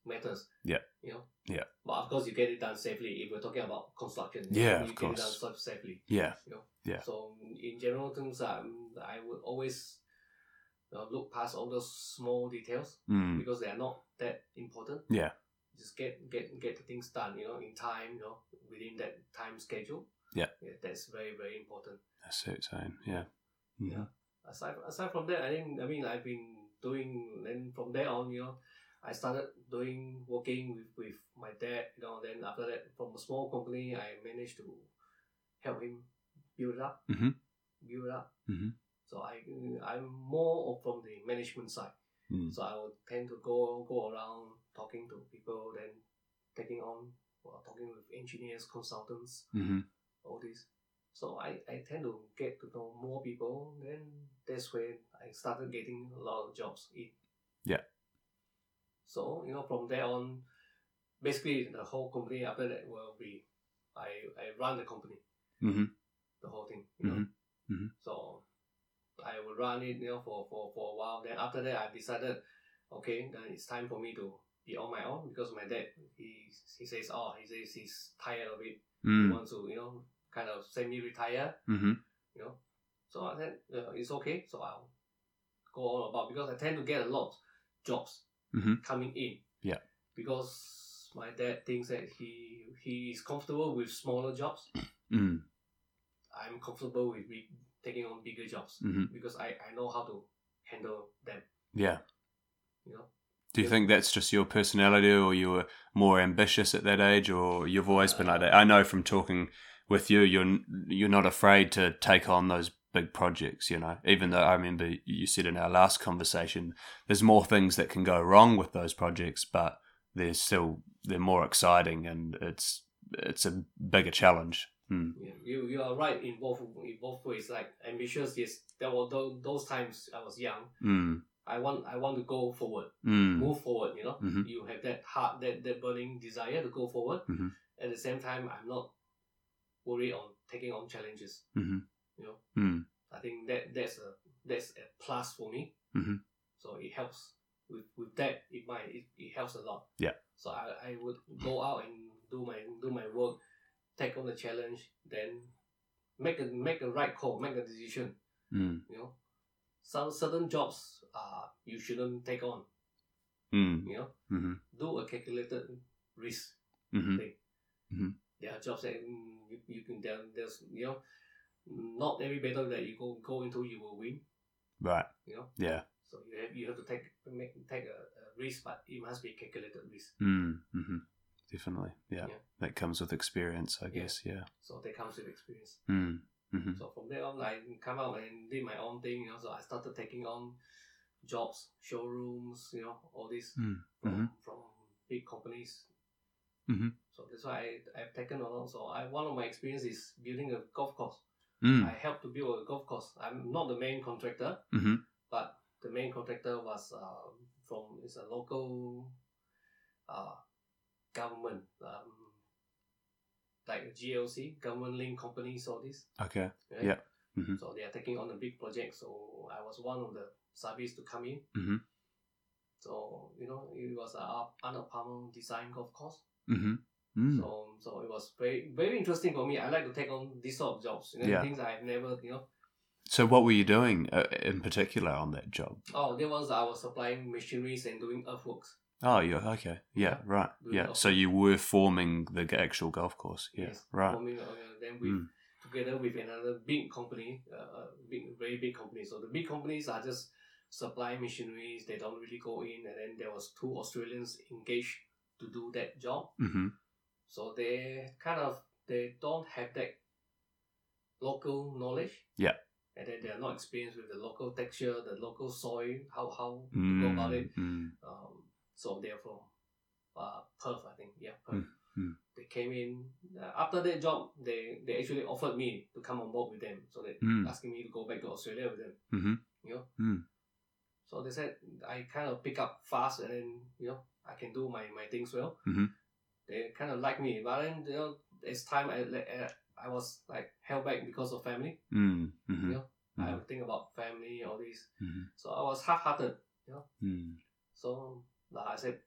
Speaker 2: matters.
Speaker 1: Yeah.
Speaker 2: You know.
Speaker 1: Yeah.
Speaker 2: But of course, you get it done safely. If we're talking about construction,
Speaker 1: Yeah,
Speaker 2: you
Speaker 1: of
Speaker 2: get it done
Speaker 1: course.
Speaker 2: sa- safely.
Speaker 1: yeah, Yeah.
Speaker 2: So in general terms, um, I would always uh, look past all those small details
Speaker 1: mm,
Speaker 2: because they are not that important.
Speaker 1: Yeah.
Speaker 2: Just get get get the things done. You know, in time. You know, within that time schedule.
Speaker 1: Yeah.
Speaker 2: that's very very important.
Speaker 1: that's it, saying yeah, Mm.
Speaker 2: Yeah. aside aside from that, I think I mean I've been doing then from there on, you know, I started doing working with, with my dad, you know, then after that from a small company I managed to help him build it up.
Speaker 1: Mhm.
Speaker 2: Build it up.
Speaker 1: Mhm.
Speaker 2: So I I'm more of from the management side.
Speaker 1: Mm.
Speaker 2: So I would tend to go go around talking to people, then taking on or talking with engineers, consultants,
Speaker 1: hmm
Speaker 2: all this. So I, I tend to get to know more people. Then that's when I started getting a lot of jobs in.
Speaker 1: Yeah.
Speaker 2: So you know from there on, basically the whole company after that will be, I I run the company,
Speaker 1: hmm
Speaker 2: the whole thing. You know.
Speaker 1: Mhm.
Speaker 2: So I would run it you know for, for, for a while. Then after that I decided, okay, then it's time for me to be on my own because my dad he he says oh he says he's tired of it. He
Speaker 1: mm
Speaker 2: wants to you know kind of semi retire
Speaker 1: Mm-hmm.
Speaker 2: you know. So I said uh, it's okay. So I'll go on about because I tend to get a lot of jobs
Speaker 1: Mhm.
Speaker 2: coming in.
Speaker 1: Yeah.
Speaker 2: Because my dad thinks that he he is comfortable with smaller jobs.
Speaker 1: mm
Speaker 2: I'm comfortable with big, taking on bigger jobs
Speaker 1: Mhm.
Speaker 2: because I I know how to handle them.
Speaker 1: Yeah.
Speaker 2: You know.
Speaker 1: Do you think that's just your personality, or you were more ambitious at that age, or you've always been like that? I know from talking with you, you're you're not afraid to take on those big projects. You know, even though I remember you said in our last conversation, there's more things that can go wrong with those projects, but they're still they're more exciting, and it's it's a bigger challenge. Mm.
Speaker 2: Yeah, you you are right in both in both ways. Like ambitious, yes. There were those, those times I was young.
Speaker 1: Mm.
Speaker 2: I want I want to go forward.
Speaker 1: Mm.
Speaker 2: move forward you know
Speaker 1: Mhm.
Speaker 2: you have that heart that, that burning desire to go forward
Speaker 1: Mhm.
Speaker 2: at the same time i'm not worried on taking on challenges
Speaker 1: Mhm.
Speaker 2: you know
Speaker 1: Mm.
Speaker 2: i think that that's a that's a plus for me
Speaker 1: Mhm.
Speaker 2: so it helps with with that in mind it, it helps a lot
Speaker 1: Yeah.
Speaker 2: so I, I would go out and do my do my work take on the challenge then make a make a right call make a decision
Speaker 1: Mm.
Speaker 2: you know some certain jobs uh you shouldn't take on
Speaker 1: Mm.
Speaker 2: you know
Speaker 1: Mm-hmm.
Speaker 2: do a calculated risk
Speaker 1: Mm-hmm.
Speaker 2: thing.
Speaker 1: Mhm.
Speaker 2: There are jobs that mm, you, you can there, there's you know not every battle that you go go into you will win.
Speaker 1: Right.
Speaker 2: You know,
Speaker 1: Yeah.
Speaker 2: so you have you have to take make, take a, a risk, but it must be calculated risk.
Speaker 1: Mm, hmm Definitely. Yeah.
Speaker 2: Yeah.
Speaker 1: That comes with experience, I
Speaker 2: Yeah.
Speaker 1: guess. Yeah.
Speaker 2: So that comes with experience.
Speaker 1: Mm, hmm
Speaker 2: So from there on, I come out and did my own thing. You know, so I started taking on jobs, showrooms, you know, all this
Speaker 1: Mm,
Speaker 2: from,
Speaker 1: mhm.
Speaker 2: from big companies.
Speaker 1: Mhm.
Speaker 2: So that's why I, I've taken on. So I one of my experience is building a golf course.
Speaker 1: Mm,
Speaker 2: I helped to build a golf course. I'm not the main contractor,
Speaker 1: hmm
Speaker 2: but the main contractor was uh, from it's a local uh, government, um, like a GLC, government linked companies, all this.
Speaker 1: Okay.
Speaker 2: Right?
Speaker 1: Yeah. Mhm.
Speaker 2: So they are taking on a big project. So I was one of the subbies to come in.
Speaker 1: Mhm.
Speaker 2: So you know it was a Arnold Palmer design golf course.
Speaker 1: hmm Mm.
Speaker 2: So so it was very very interesting for me. I like to take on these sort of jobs. You know,
Speaker 1: Yeah.
Speaker 2: things I've never you know
Speaker 1: So, what were you doing uh, in particular on that job?
Speaker 2: Oh, that was I was supplying machineries and doing earthworks.
Speaker 1: Oh, you okay? Yeah.
Speaker 2: Yeah.
Speaker 1: Right.
Speaker 2: Doing
Speaker 1: Yeah.
Speaker 2: golf
Speaker 1: So you were forming the g- actual golf course. Yeah.
Speaker 2: Yes.
Speaker 1: Right.
Speaker 2: Forming, uh, then we
Speaker 1: Mm.
Speaker 2: together with another big company, uh, uh, big very big company. So the big companies are just supplying machineries. They don't really go in. And then there was two Australians engaged to do that job.
Speaker 1: hmm
Speaker 2: So they kind of they don't have that local knowledge.
Speaker 1: Yeah.
Speaker 2: And then they are not experienced with the local texture, the local soil, how how to go about it.
Speaker 1: Mm, mm,
Speaker 2: Um, so they're from uh, Perth, I think. Yeah, Perth.
Speaker 1: mm.
Speaker 2: They came in uh, after that job. They they actually offered me to come on board with them. So they
Speaker 1: mm,
Speaker 2: asking me to go back to Australia with them.
Speaker 1: mhm,
Speaker 2: You know.
Speaker 1: Mm.
Speaker 2: So they said I kind of pick up fast, and then you know I can do my, my things well.
Speaker 1: Mhm.
Speaker 2: They kind of like me, but then you know it's time I le- uh, I was like held back because of family.
Speaker 1: mm, mhm,
Speaker 2: You know, I
Speaker 1: mhm,
Speaker 2: would think about family, all this.
Speaker 1: mhm,
Speaker 2: So I was half hearted.
Speaker 1: mm,
Speaker 2: So like I said,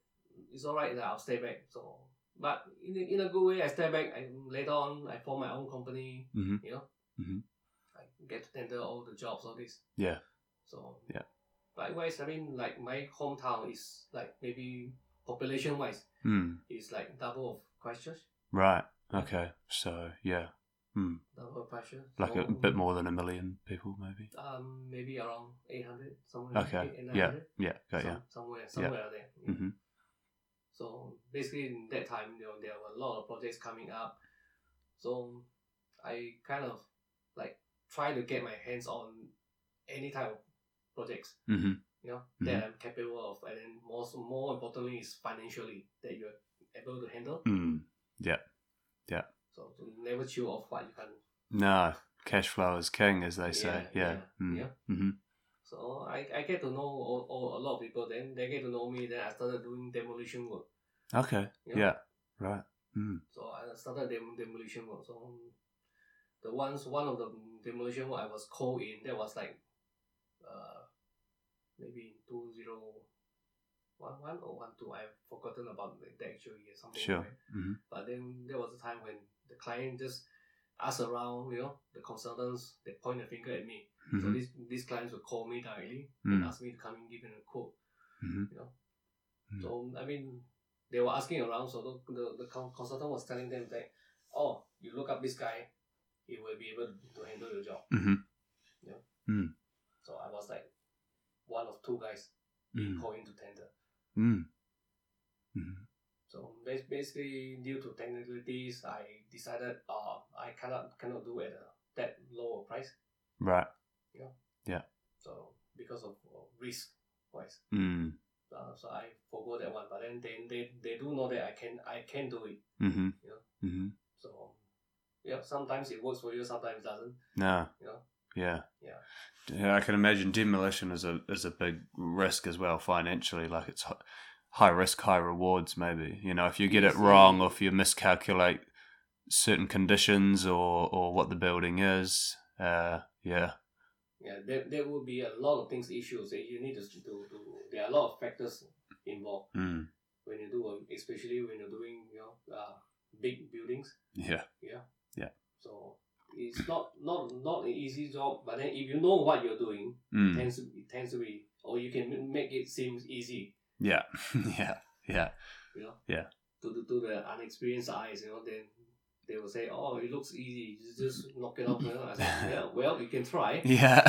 Speaker 2: it's all right. I'll stay back. So, but in a, in a good way, I stay back. And later on, I form my own company.
Speaker 1: mhm.
Speaker 2: You know,
Speaker 1: Mhm.
Speaker 2: I get to tender all the jobs, all this.
Speaker 1: Yeah.
Speaker 2: So
Speaker 1: Yeah.
Speaker 2: Likewise, I mean, like my hometown is like maybe population wise
Speaker 1: Mm.
Speaker 2: is like double of Christchurch,
Speaker 1: Right. Okay. So yeah,
Speaker 2: double of Christchurch.
Speaker 1: like a
Speaker 2: So,
Speaker 1: bit more than a million people, maybe.
Speaker 2: Um, maybe around eight hundred somewhere.
Speaker 1: Okay.
Speaker 2: 800,
Speaker 1: Yeah. Yeah. Got
Speaker 2: some,
Speaker 1: yeah.
Speaker 2: somewhere somewhere there. yeah.
Speaker 1: Mhm.
Speaker 2: So basically, in that time, you know, there were a lot of projects coming up. So I kind of like try to get my hands on any type of projects,
Speaker 1: Mm-hmm.
Speaker 2: you know, that I'm capable of, and then most more importantly is financially that you're able to handle.
Speaker 1: Mm. Yeah. Yeah.
Speaker 2: So to never chew off what you can.
Speaker 1: No, cash flow is king, as they say. Yeah. Mm.
Speaker 2: yeah.
Speaker 1: hmm
Speaker 2: So I, I get to know all, all, a lot of people. Then they get to know me. Then I started doing demolition work.
Speaker 1: Okay.
Speaker 2: Yeah.
Speaker 1: Yeah. Right. Mm.
Speaker 2: So I started dem- demolition work. So um, the ones one of the demolition work I was called in. That was like, uh, maybe two zero one one or one two. I've forgotten about the, the actual year. Something
Speaker 1: Sure.
Speaker 2: like that.
Speaker 1: hmm
Speaker 2: But then there was a time when the client just asked around. You know, the consultants they point a finger at me. So
Speaker 1: hmm
Speaker 2: these these clients would call me directly and
Speaker 1: Mm.
Speaker 2: ask me to come and give them a quote.
Speaker 1: hmm
Speaker 2: You know,
Speaker 1: Mm.
Speaker 2: so I mean, they were asking around. So the the, the con- consultant was telling them that, oh, you look up this guy, he will be able to handle your job.
Speaker 1: hmm
Speaker 2: So I was like, one of two guys being
Speaker 1: Mm.
Speaker 2: called into tender.
Speaker 1: Mm. hmm
Speaker 2: So bas- basically, due to technicalities, I decided, uh, I cannot cannot do at a, that lower price.
Speaker 1: Right.
Speaker 2: So because of uh, risk wise.
Speaker 1: Mm.
Speaker 2: Uh, so I forgot that one, but then they, they, they do know that I can I can do it.
Speaker 1: Mm-hmm.
Speaker 2: Yeah.
Speaker 1: hmm
Speaker 2: So yeah, sometimes it works for you, sometimes it doesn't.
Speaker 1: No.
Speaker 2: You know,
Speaker 1: Yeah.
Speaker 2: Yeah.
Speaker 1: Yeah, I can imagine demolition is a is a big risk as well financially. Like it's hi- high risk, high rewards. Maybe you know if you get it
Speaker 2: Yes,
Speaker 1: wrong
Speaker 2: yeah.
Speaker 1: or if you miscalculate certain conditions or or what the building is. Uh, yeah.
Speaker 2: yeah, there, there will be a lot of things issues that you need to to, to there are a lot of factors involved
Speaker 1: Mm.
Speaker 2: when you do a- especially when you're doing you know uh, big buildings.
Speaker 1: Yeah.
Speaker 2: So it's not not not an easy job, but then if you know what you're doing, it
Speaker 1: Mm.
Speaker 2: tends to, it tends to be or you can m- make it seem easy.
Speaker 1: Yeah. yeah. Yeah.
Speaker 2: you know.
Speaker 1: Yeah.
Speaker 2: To the to the unexperienced eyes, you know, then they will say, "Oh, it looks easy. You just knock it off." You know? I said, yeah, well, you can try.
Speaker 1: Yeah.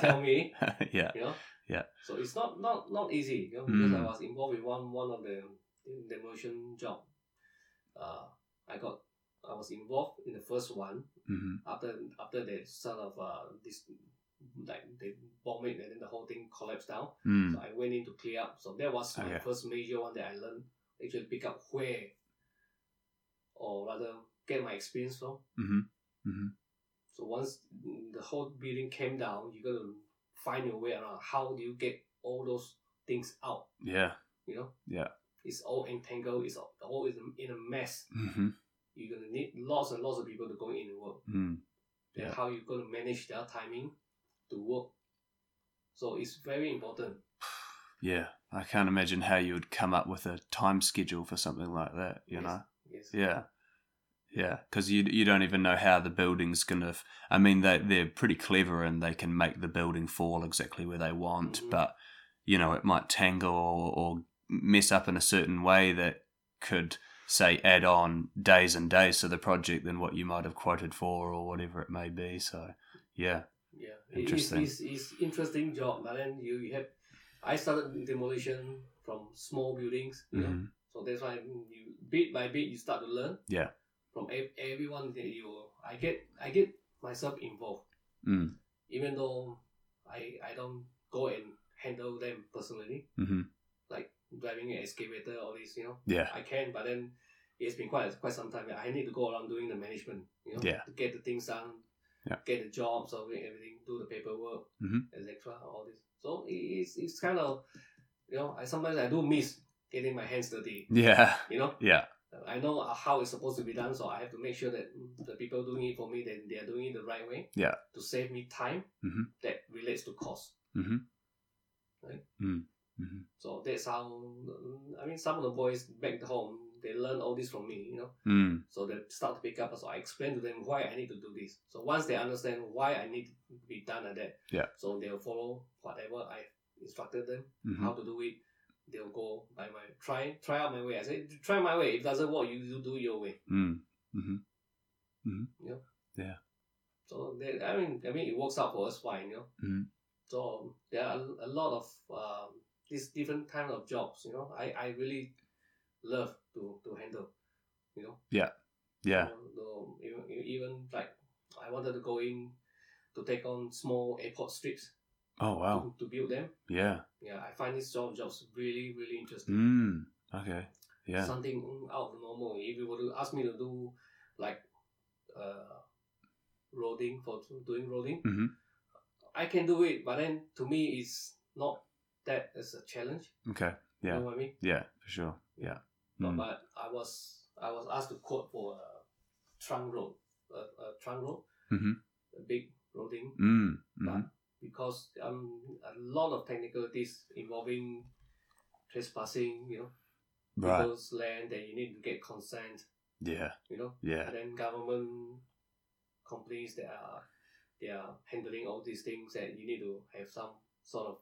Speaker 2: Tell me,
Speaker 1: yeah.
Speaker 2: you know.
Speaker 1: Yeah.
Speaker 2: So it's not not not easy, you know, because I
Speaker 1: Mm.
Speaker 2: was involved with one one of the demolition job. Uh, I got I was involved in the first one
Speaker 1: hmm
Speaker 2: after after they sort of uh this like they bomb it and then the whole thing collapsed down.
Speaker 1: Mm.
Speaker 2: So I went in to clear up. So that was my
Speaker 1: Okay.
Speaker 2: first major one that I learned. Actually, pick up where, or rather, get my experience from.
Speaker 1: hmm hmm
Speaker 2: So once the whole building came down, you got to find your way around. How do you get all those things out?
Speaker 1: Yeah.
Speaker 2: You know.
Speaker 1: Yeah.
Speaker 2: It's all entangled. It's all all is in a mess.
Speaker 1: hmm
Speaker 2: You're gonna need lots and lots of people to go in and work.
Speaker 1: Mm.
Speaker 2: Then
Speaker 1: Yeah.
Speaker 2: how you gonna manage their timing to work? So it's very important.
Speaker 1: Yeah. I can't imagine how you would come up with a time schedule for something like that. You
Speaker 2: Yes.
Speaker 1: know.
Speaker 2: Yes.
Speaker 1: Yeah. Yeah, because you you don't even know how the building's gonna. F- I mean, they they're pretty clever and they can make the building fall exactly where they want,
Speaker 2: Mhm.
Speaker 1: but you know it might tangle or, or mess up in a certain way that could say add on days and days to the project than what you might have quoted for or whatever it may be. So yeah,
Speaker 2: Yeah,
Speaker 1: Interesting.
Speaker 2: It is, it's, it's interesting job, but then you, you have. I started demolition from small buildings, you know,
Speaker 1: hmm
Speaker 2: so that's why mm, you bit by bit you start to learn.
Speaker 1: Yeah.
Speaker 2: From ev- everyone that you, I get, I get myself involved,
Speaker 1: Mm.
Speaker 2: even though I, I don't go and handle them personally,
Speaker 1: hmm
Speaker 2: like driving an excavator, all this, you know.
Speaker 1: yeah,
Speaker 2: I can, but then it's been quite quite some time. I need to go around doing the management, you know,
Speaker 1: Yeah.
Speaker 2: to get the things done,
Speaker 1: Yeah.
Speaker 2: get the jobs, or everything, do the paperwork,
Speaker 1: Mhm.
Speaker 2: etc. All this. So it- it's it's kind of you know, I sometimes I do miss getting my hands dirty.
Speaker 1: yeah,
Speaker 2: You know,
Speaker 1: yeah,
Speaker 2: I know how it's supposed to be done, so I have to make sure that the people doing it for me, that they are doing it the right way.
Speaker 1: Yeah.
Speaker 2: To save me time
Speaker 1: Mhm.
Speaker 2: that relates to cost.
Speaker 1: hmm
Speaker 2: Right.
Speaker 1: mm Mhm.
Speaker 2: So that's how I mean, some of the boys back home they learn all this from me. You know.
Speaker 1: mm
Speaker 2: So they start to pick up. So I explain to them why I need to do this. So once they understand why I need to be done like that,
Speaker 1: Yeah.
Speaker 2: So they'll follow whatever I instructed them
Speaker 1: Mhm.
Speaker 2: how to do it. They'll go by my try try out my way. I say try my way. If it doesn't work, you, you do your way.
Speaker 1: mm hmm
Speaker 2: So they, I mean I mean it works out for us fine, you know.
Speaker 1: Mhm.
Speaker 2: So there are a lot of um, these different kind of jobs. You know, I, I really love to to handle. You know.
Speaker 1: yeah.
Speaker 2: So, the- even, even like I wanted to go in to take on small airport strips
Speaker 1: Oh wow,
Speaker 2: to, to build them.
Speaker 1: yeah.
Speaker 2: Yeah, I find this job jobs really really interesting.
Speaker 1: Mm. Okay. Yeah.
Speaker 2: something out of the normal. If you were to ask me to do like uh, roading for doing roading,
Speaker 1: Mhm.
Speaker 2: I can do it, but then to me, it's not that as a challenge.
Speaker 1: Okay. Yeah.
Speaker 2: You know what I mean?
Speaker 1: Yeah. For sure. Yeah.
Speaker 2: But,
Speaker 1: Mm.
Speaker 2: but I was I was asked to quote for a trunk road, a, a trunk road,
Speaker 1: Mhm.
Speaker 2: a big roading,
Speaker 1: Mm.
Speaker 2: but
Speaker 1: Mhm.
Speaker 2: because um a lot of technicalities involving trespassing, you know,
Speaker 1: Right.
Speaker 2: people's land that you need to get consent,
Speaker 1: Yeah.
Speaker 2: you know,
Speaker 1: Yeah.
Speaker 2: and then government companies that are they are handling all these things and you need to have some sort of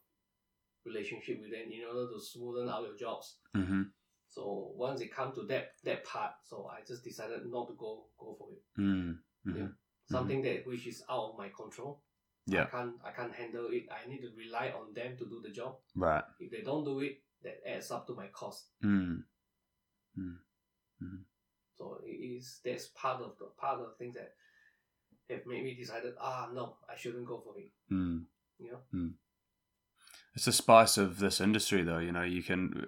Speaker 2: relationship with them in order to smoothen out your jobs.
Speaker 1: Mm-hmm.
Speaker 2: So once it come to that that part, so I just decided not to go go for it.
Speaker 1: Mm. hmm
Speaker 2: Yeah. Something that which is out of my control. I
Speaker 1: Yeah.
Speaker 2: can't I can't handle it. I need to rely on them to do the job.
Speaker 1: Right.
Speaker 2: If they don't do it, that adds up to my cost.
Speaker 1: Mm.
Speaker 2: So it is that's part of the part of the things that have made me decided ah no I shouldn't go for it.
Speaker 1: Mm.
Speaker 2: You know.
Speaker 1: it's the spice of this industry though you know you can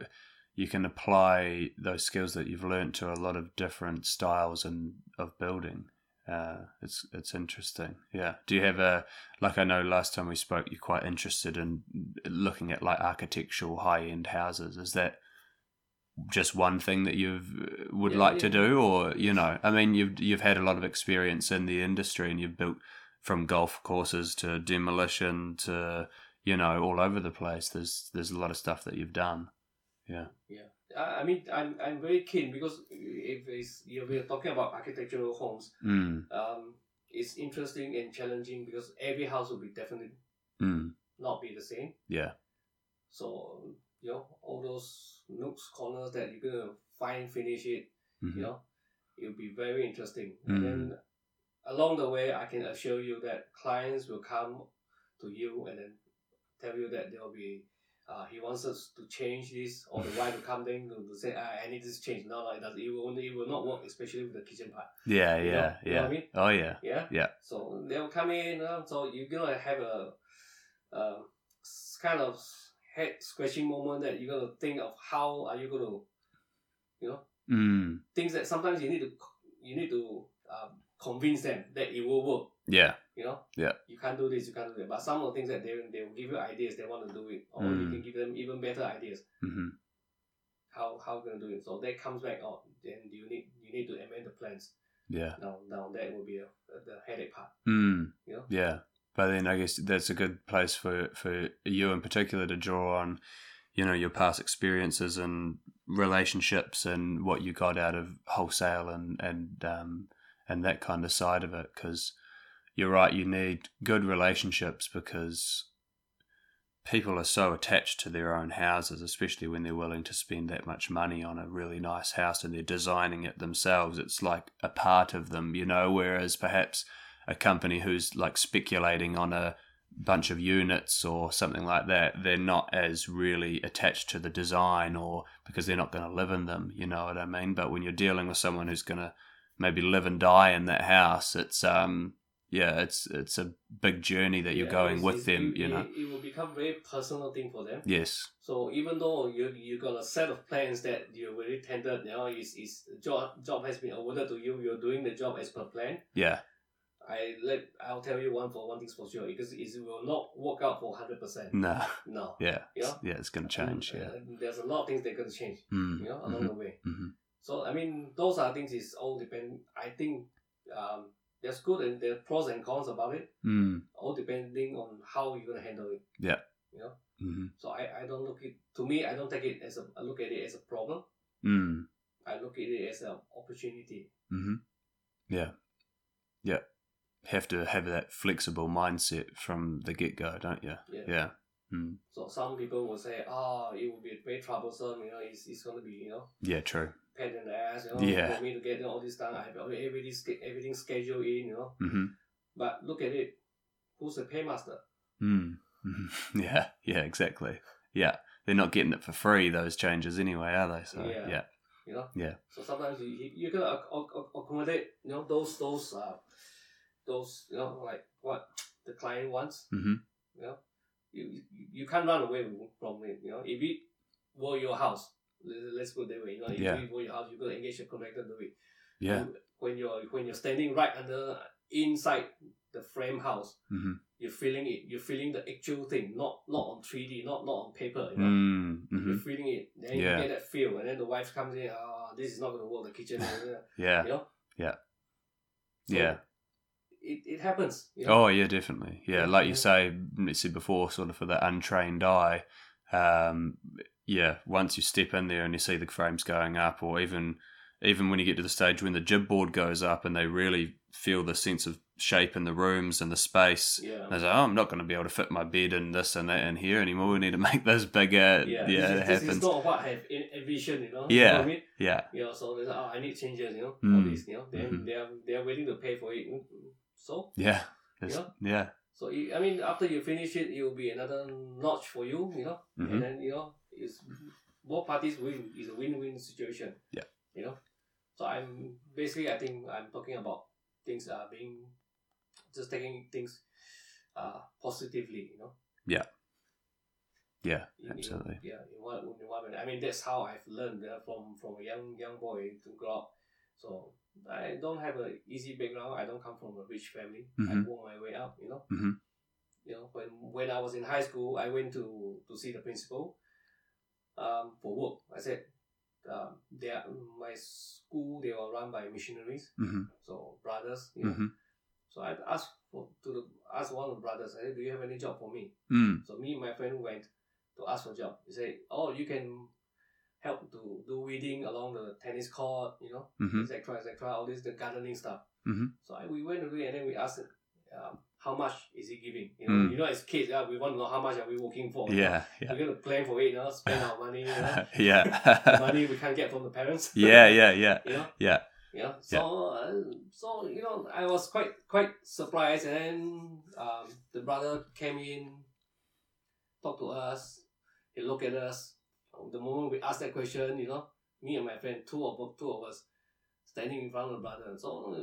Speaker 1: you can apply those skills that you've learnt to a lot of different styles and of building uh, it's it's interesting yeah do you have a like i know last time we spoke you're quite interested in looking at like architectural high-end houses is that just one thing that you've uh, would
Speaker 2: Yeah,
Speaker 1: like to
Speaker 2: yeah.
Speaker 1: do or you know i mean you've you've had a lot of experience in the industry and you've built from golf courses to demolition to you know all over the place there's there's a lot of stuff that you've done
Speaker 2: I, I mean I'm I'm very keen because if it's, you we're talking about architectural homes,
Speaker 1: mm,
Speaker 2: um, it's interesting and challenging because every house will be definitely
Speaker 1: mm,
Speaker 2: not be the same.
Speaker 1: yeah
Speaker 2: So you know all those nooks corners that you're gonna fine finish it.
Speaker 1: Mhm.
Speaker 2: You know, it'll be very interesting. And
Speaker 1: Mm.
Speaker 2: then along the way, I can assure you that clients will come to you and then tell you that there will be. Uh, he wants us to change this, or the wife will come then to, to say, ah, "I need this change." No, no, it doesn't. It will only, it will not work, especially with the kitchen part.
Speaker 1: yeah
Speaker 2: You know-
Speaker 1: yeah
Speaker 2: you know
Speaker 1: yeah
Speaker 2: what I mean?
Speaker 1: oh yeah
Speaker 2: Yeah.
Speaker 1: Yeah.
Speaker 2: So they'll come in. Uh, so you're gonna have a um, s- kind of head scratching moment that you're gonna think of how are you gonna, you know,
Speaker 1: mm,
Speaker 2: things that sometimes you need to c- you need to um, convince them that it will work.
Speaker 1: yeah
Speaker 2: You know.
Speaker 1: Yeah.
Speaker 2: You can't do this. You can't do that. But some of the things that they they will give you ideas. They want to do it, or you
Speaker 1: Mm.
Speaker 2: can give them even better ideas.
Speaker 1: hmm
Speaker 2: How how we're gonna do it? So that comes back on. Then you need you need to amend the plans.
Speaker 1: yeah
Speaker 2: Now now that will be a, the headache part.
Speaker 1: mm,
Speaker 2: You know.
Speaker 1: yeah but then i guess that's a good place for for you in particular to draw on you know your past experiences and relationships and what you got out of wholesale and and um, and that kind of side of it because you're right you need good relationships because people are so attached to their own houses especially when they're willing to spend that much money on a really nice house and they're designing it themselves it's like a part of them you know whereas perhaps a company who's like speculating on a bunch of units or something like that they're not as really attached to the design or because they're not going to live in them you know what i mean but when you're dealing with someone who's going to maybe live and die in that house it's um yeah it's it's a big journey that you're
Speaker 2: Yeah,
Speaker 1: going
Speaker 2: it's-
Speaker 1: with
Speaker 2: it's-
Speaker 1: them
Speaker 2: it-
Speaker 1: you know
Speaker 2: it, it will become very personal thing for them
Speaker 1: yes
Speaker 2: so even though you you got a set of plans that you already tendered you know is is job job has been awarded to you you're doing the job as per plan
Speaker 1: yeah
Speaker 2: i let i'll tell you one for one thing's for sure because it will not work out for 100 percent
Speaker 1: no
Speaker 2: no
Speaker 1: yeah
Speaker 2: Yeah.
Speaker 1: yeah it's going to change yeah
Speaker 2: Uh, there's a lot of things that going to change
Speaker 1: mm.
Speaker 2: you know along
Speaker 1: mhm,
Speaker 2: the way
Speaker 1: mhm.
Speaker 2: so i mean those are things is all depend i think um there's good and there are pros and cons about it
Speaker 1: Mm.
Speaker 2: all depending on how you're going to handle it
Speaker 1: Yeah.
Speaker 2: you know
Speaker 1: mhm,
Speaker 2: So I, I don't look it to me I don't take it as a I look at it as a problem.
Speaker 1: Mm.
Speaker 2: I look at it as an opportunity.
Speaker 1: Mm-hmm. Yeah. Yeah. Have to have that flexible mindset from the get go, don't you?
Speaker 2: Yeah.
Speaker 1: Yeah. Mm.
Speaker 2: So some people will say, Oh, it will be very troublesome, you know, it's, it's gonna be, you know,
Speaker 1: Yeah, true.
Speaker 2: pain in the ass, you know,
Speaker 1: Yeah.
Speaker 2: for me to get all this done. I have everything sch- everything scheduled in, you know.
Speaker 1: Mm-hmm.
Speaker 2: But look at it. Who's the paymaster?
Speaker 1: Mm. Mhm. Yeah. Yeah, exactly. Yeah. They're not getting it for free, those changes anyway, are they? So,
Speaker 2: Yeah.
Speaker 1: yeah.
Speaker 2: You know?
Speaker 1: Yeah.
Speaker 2: So sometimes you you- you can ac- ac- ac- accommodate, you know, those those uh those you know, like what the client wants.
Speaker 1: Mhm.
Speaker 2: You know? You, you you can't run away from it, you know. If it were your house, Let- Let's put it that way. You know, if
Speaker 1: Yeah.
Speaker 2: you go your house, you gotta engage a contractor to do it.
Speaker 1: Yeah.
Speaker 2: And When you're when you're standing right under uh, inside the frame house,
Speaker 1: Mhm.
Speaker 2: you're feeling it. You're feeling the actual thing, not not on three D, not not on paper. You know?
Speaker 1: Mm,
Speaker 2: You're
Speaker 1: hmm
Speaker 2: feeling it. Then
Speaker 1: Yeah.
Speaker 2: you get that feel, and then the wife comes in. Oh, this is not gonna work. The kitchen. you
Speaker 1: Yeah.
Speaker 2: know.
Speaker 1: Yeah.
Speaker 2: So
Speaker 1: Yeah.
Speaker 2: It, it happens. You know?
Speaker 1: Oh yeah, definitely. Yeah,
Speaker 2: Yeah,
Speaker 1: like you
Speaker 2: yeah.
Speaker 1: say, you said before, sort of for the untrained eye. Um, yeah, once you step in there and you see the frames going up, or even even when you get to the stage when the jib board goes up and they really feel the sense of shape in the rooms and the space.
Speaker 2: Yeah.
Speaker 1: They say, "Oh, I'm not going to be able to fit my bed and this and that in here anymore. We need to make this bigger." Yeah,
Speaker 2: this,
Speaker 1: it
Speaker 2: is- this is
Speaker 1: happens.
Speaker 2: not what I have en- envisioned, you know.
Speaker 1: Yeah.
Speaker 2: You know what I mean?
Speaker 1: yeah,
Speaker 2: Yeah, so they say, oh, I need changes, you know, all
Speaker 1: Mm.
Speaker 2: this, you know. Then
Speaker 1: Mhm.
Speaker 2: they are they are willing to pay for it. Mm, So
Speaker 1: yeah, It's-
Speaker 2: Yeah.
Speaker 1: yeah.
Speaker 2: so you, I mean, after you finish it, it will be another notch for you, you know.
Speaker 1: Mhm.
Speaker 2: And then you know, it's both parties win. It's a win-win situation.
Speaker 1: Yeah.
Speaker 2: You know, so I'm basically I think I'm talking about things uh, being just taking things uh positively, you know.
Speaker 1: yeah,
Speaker 2: in- in-
Speaker 1: absolutely.
Speaker 2: yeah, in one, in one minute. I mean, that's how I've learned uh, from from a young young boy to grow up. So I don't have a easy background. I don't come from a rich family.
Speaker 1: Mhm.
Speaker 2: I work my way up. You know.
Speaker 1: Mhm.
Speaker 2: You know, when when I was in high school, I went to to see the principal. Um, for work, I said, um, they are, my school they were run by missionaries,
Speaker 1: hmm
Speaker 2: so brothers. You know.
Speaker 1: hmm
Speaker 2: So I asked for, to the, asked one of the brothers. I said, "Do you have any job for me?"
Speaker 1: Mm.
Speaker 2: So me and my friend went to ask for a job. He said, Oh, you can help to do weeding along the tennis court, you know,
Speaker 1: hmm
Speaker 2: etc., etc., all this, the gardening stuff.
Speaker 1: Mhm.
Speaker 2: So I, we went away and then we asked him, um, how much is he giving? You know,
Speaker 1: Mm.
Speaker 2: you know as kids, yeah, we want to know how much are we working for.
Speaker 1: Yeah, yeah,
Speaker 2: We're going to plan for it, you know, spend our money, you know, the
Speaker 1: yeah,
Speaker 2: money we can't get from the parents.
Speaker 1: yeah, yeah, yeah.
Speaker 2: You know?
Speaker 1: Yeah.
Speaker 2: Yeah. So, Uh, so you know, I was quite quite surprised, and then um, the brother came in, talked to us. He looked at us. The moment we asked that question, you know, me and my friend, two of two of us, standing in front of the brother. So uh,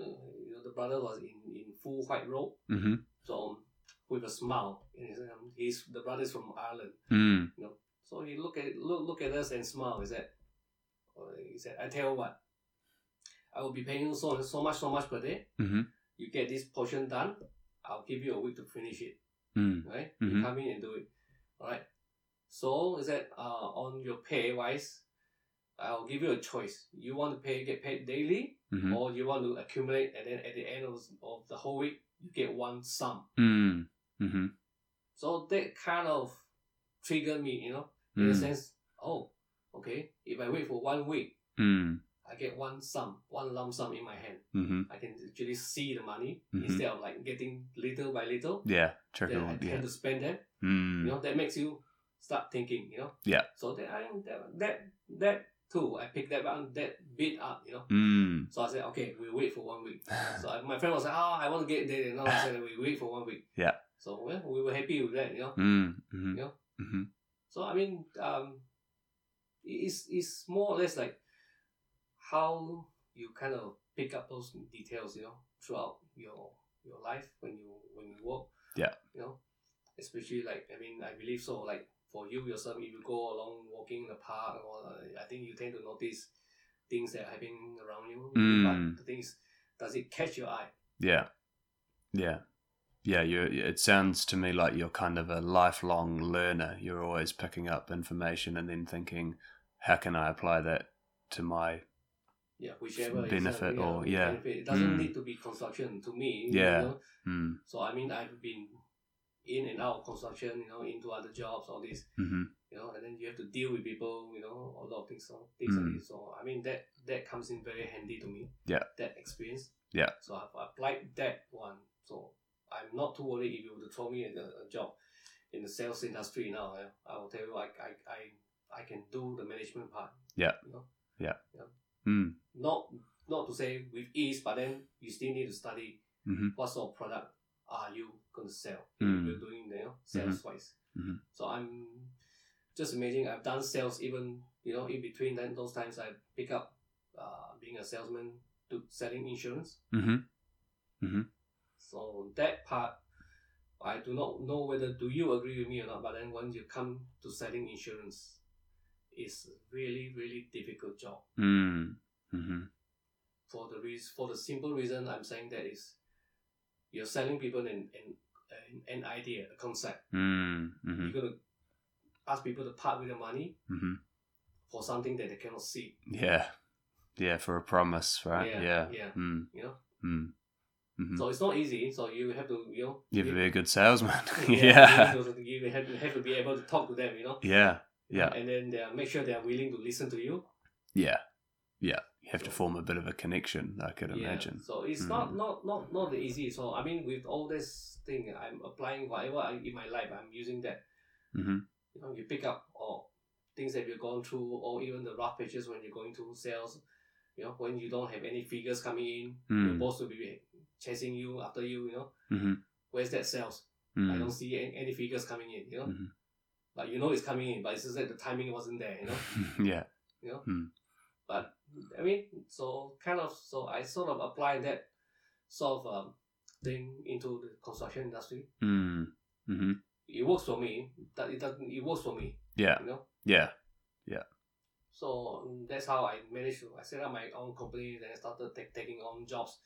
Speaker 2: you know, the brother was in in full white robe,
Speaker 1: Mm-hmm.
Speaker 2: so with a smile. And he's, um, he's the brother is from Ireland.
Speaker 1: Mm.
Speaker 2: So he look at look, look at us and smile. He said, uh, he said, I tell you what, I will be paying you so so much so much per day.
Speaker 1: Mhm.
Speaker 2: You get this portion done, I'll give you a week to finish it.
Speaker 1: Mm.
Speaker 2: Right?
Speaker 1: Mhm.
Speaker 2: You come in and do it. Alright. So he said, uh, on your pay wise, I'll give you a choice. You want to pay get paid daily,
Speaker 1: Mm-hmm.
Speaker 2: or you want to accumulate, and then at the end of, of the whole week, you get one sum.
Speaker 1: Mm. Mm-hmm.
Speaker 2: So that kind of triggered me, you know in a
Speaker 1: Mm.
Speaker 2: sense, oh, okay, if I wait for one week,
Speaker 1: Mm.
Speaker 2: I get one sum, one lump sum in my hand.
Speaker 1: Mm-hmm.
Speaker 2: I can actually see the money
Speaker 1: Mhm.
Speaker 2: instead of like getting little by little.
Speaker 1: Yeah.
Speaker 2: Then I
Speaker 1: Trickle. Yeah.
Speaker 2: tend to spend them. You
Speaker 1: Mm.
Speaker 2: know, that makes you start thinking. You know.
Speaker 1: Yeah.
Speaker 2: So that I that that, that too, I picked that one that bit up. You know.
Speaker 1: Mm.
Speaker 2: So I said, okay, we wait for one week. So I, my friend was like, oh, I want to get there. You know, I said, we wait for one week.
Speaker 1: Yeah.
Speaker 2: So well, we were happy with that. You know.
Speaker 1: Mm. Mm-hmm.
Speaker 2: You know?
Speaker 1: Mm-hmm.
Speaker 2: So I mean, um, it's it's more or less like how you kind of pick up those details, you know, throughout your your life when you when you work.
Speaker 1: Yeah.
Speaker 2: You know, especially like I mean, I believe so. Like for you yourself, if you go along walking in the park, or uh, I think you tend to notice things that are happening around you.
Speaker 1: Mm.
Speaker 2: But the thing is, does it catch your eye?
Speaker 1: Yeah. Yeah. Yeah, you it sounds to me like you're kind of a lifelong learner. You're always picking up information and then thinking, how can I apply that to my
Speaker 2: Yeah, whichever is, uh,
Speaker 1: Benefit
Speaker 2: yeah,
Speaker 1: or- yeah.
Speaker 2: benefit. It doesn't
Speaker 1: Mm.
Speaker 2: need to be construction to me.
Speaker 1: Yeah.
Speaker 2: You know?
Speaker 1: mm,
Speaker 2: So I mean, I've been in and out of construction, you know, into other jobs, all this,
Speaker 1: mm-hmm,
Speaker 2: you know, and then you have to deal with people, you know, a lot of things, so things
Speaker 1: Mm.
Speaker 2: like this. So I mean, that that comes in very handy to me.
Speaker 1: Yeah.
Speaker 2: That experience.
Speaker 1: Yeah.
Speaker 2: So I've applied that one. So I'm not too worried if you were to throw me a, a job in the sales industry now. I, I will tell you, I, I I I can do the management part.
Speaker 1: Yeah.
Speaker 2: You know?
Speaker 1: Yeah.
Speaker 2: You know?
Speaker 1: mm,
Speaker 2: Not not to say with ease, but then you still need to study
Speaker 1: mm-hmm,
Speaker 2: what sort of product are you going to sell?
Speaker 1: Mm.
Speaker 2: You're doing you know, sales wise.
Speaker 1: Mhm.
Speaker 2: So I'm just imagining I've done sales even you know in between then those times I pick up uh, being a salesman to selling insurance.
Speaker 1: mm-hmm.
Speaker 2: So that part I do not know whether do you agree with me or not. But then once you come to selling insurance, is really really difficult job
Speaker 1: Mm. Mm-hmm.
Speaker 2: for the reason for the simple reason I'm saying that is you're selling people an an, an, an idea a concept
Speaker 1: Mm. Mm-hmm.
Speaker 2: you're gonna ask people to part with their money
Speaker 1: Mm-hmm.
Speaker 2: for something that they cannot see
Speaker 1: Yeah. Yeah, for a promise, right?
Speaker 2: Yeah,
Speaker 1: Yeah.
Speaker 2: yeah.
Speaker 1: Mm.
Speaker 2: you know
Speaker 1: Mm. Mm-hmm.
Speaker 2: so it's not easy so you have to you know
Speaker 1: You'd
Speaker 2: you-
Speaker 1: be a good salesman. yeah.
Speaker 2: yeah. You, need to- you have, to, have to be able to talk to them, you know.
Speaker 1: Yeah. Yeah.
Speaker 2: And then they are, make sure they are willing to listen to you.
Speaker 1: Yeah. Yeah. You have to form a bit of a connection, I could imagine.
Speaker 2: So it's
Speaker 1: Mm.
Speaker 2: not, not not not the easy. So I mean, with all this thing, I'm applying whatever I, in my life. I'm using that.
Speaker 1: Mm-hmm.
Speaker 2: You know, you pick up or things that you've gone through, or even the rough patches when you're going through sales. You know, when you don't have any figures coming in,
Speaker 1: Mm.
Speaker 2: your boss will be chasing you after you. You know,
Speaker 1: Mm-hmm.
Speaker 2: where's that sales? I don't
Speaker 1: Mm.
Speaker 2: see any, any figures coming in. You know,
Speaker 1: Mhm.
Speaker 2: but you know it's coming in, but it's just that the timing wasn't there. You know.
Speaker 1: yeah.
Speaker 2: you know.
Speaker 1: Hmm.
Speaker 2: But I mean, so kind of, so I sort of apply that sort of um, thing into the construction industry.
Speaker 1: Mm. Mm-hmm.
Speaker 2: It works for me. That it doesn't. It works for me.
Speaker 1: Yeah.
Speaker 2: You know.
Speaker 1: Yeah.
Speaker 2: So mm, that's how I managed to. I set up my own company. Then I started tak taking on jobs,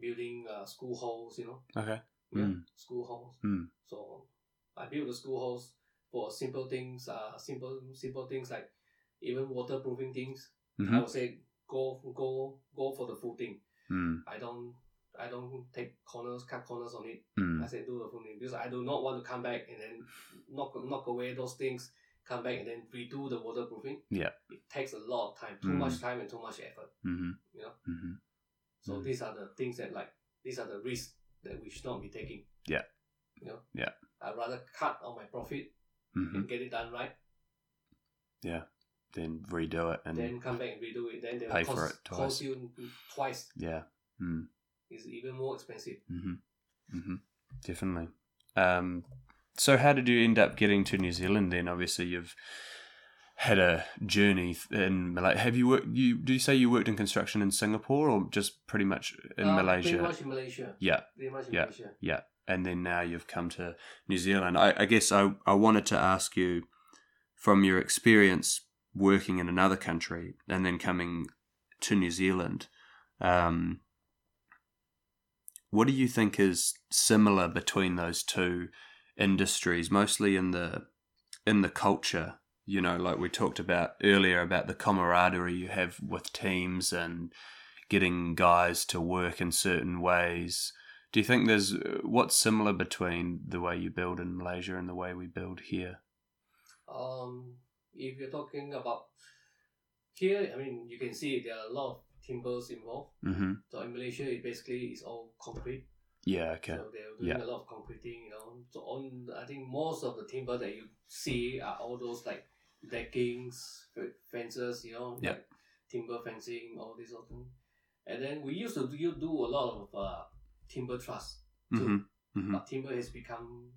Speaker 2: building uh, school halls. You know,
Speaker 1: Okay.
Speaker 2: yeah,
Speaker 1: Mm.
Speaker 2: school halls.
Speaker 1: Hmm.
Speaker 2: So I built the school halls for simple things. Uh, simple simple things like even waterproofing things. I
Speaker 1: Mm-hmm.
Speaker 2: would say go go go for the full thing.
Speaker 1: Mm.
Speaker 2: I don't I don't take corners, cut corners on it. I
Speaker 1: Mm.
Speaker 2: said do the full thing because I do not want to come back and then knock knock away those things, come back and then redo the waterproofing.
Speaker 1: Yeah.
Speaker 2: It takes a lot of time, too
Speaker 1: Mm.
Speaker 2: much time and too much effort.
Speaker 1: Mm-hmm.
Speaker 2: You know?
Speaker 1: Mm-hmm.
Speaker 2: So
Speaker 1: Mm.
Speaker 2: these are the things that like these are the risks that we should not be taking.
Speaker 1: Yeah.
Speaker 2: You know?
Speaker 1: Yeah.
Speaker 2: I'd rather cut on my profit
Speaker 1: Mm-hmm.
Speaker 2: and get it done right,
Speaker 1: Then redo it and
Speaker 2: then come back and redo it, then they will
Speaker 1: Pay for
Speaker 2: cost,
Speaker 1: it twice.
Speaker 2: cost you twice.
Speaker 1: yeah. Mm.
Speaker 2: It's even more expensive.
Speaker 1: Mm-hmm. Mm-hmm. Definitely. Um, so, how did you end up getting to New Zealand? Then, obviously, you've had a journey in Malaysia. Have you worked? You do you say you worked in construction in Singapore, or just pretty much in
Speaker 2: Uh,
Speaker 1: Malaysia?
Speaker 2: Pretty much in Malaysia.
Speaker 1: Yeah.
Speaker 2: Pretty much in
Speaker 1: Yeah.
Speaker 2: Malaysia.
Speaker 1: and then now you've come to New Zealand. I, I guess I, I wanted to ask you from your experience working in another country and then coming to New Zealand, um, what do you think is similar between those two industries, mostly in the in the culture? You know, like we talked about earlier about the camaraderie you have with teams and getting guys to work in certain ways. Do you think there's uh, what's similar between the way you build in Malaysia and the way we build here?
Speaker 2: Um, if you're talking about here, I mean, you can see there are a lot of timbers involved.
Speaker 1: Mm-hmm.
Speaker 2: So in Malaysia, it basically is all concrete.
Speaker 1: Yeah. Okay.
Speaker 2: So they're doing
Speaker 1: Yeah.
Speaker 2: a lot of concreting, you know. So on, I think most of the timber that you see are all those like deckings, f- fences, you know,
Speaker 1: Yeah.
Speaker 2: like timber fencing, all these sort of things. And then we used to do, you do a lot of uh, timber truss too.
Speaker 1: Mm-hmm. Mm-hmm.
Speaker 2: but timber has become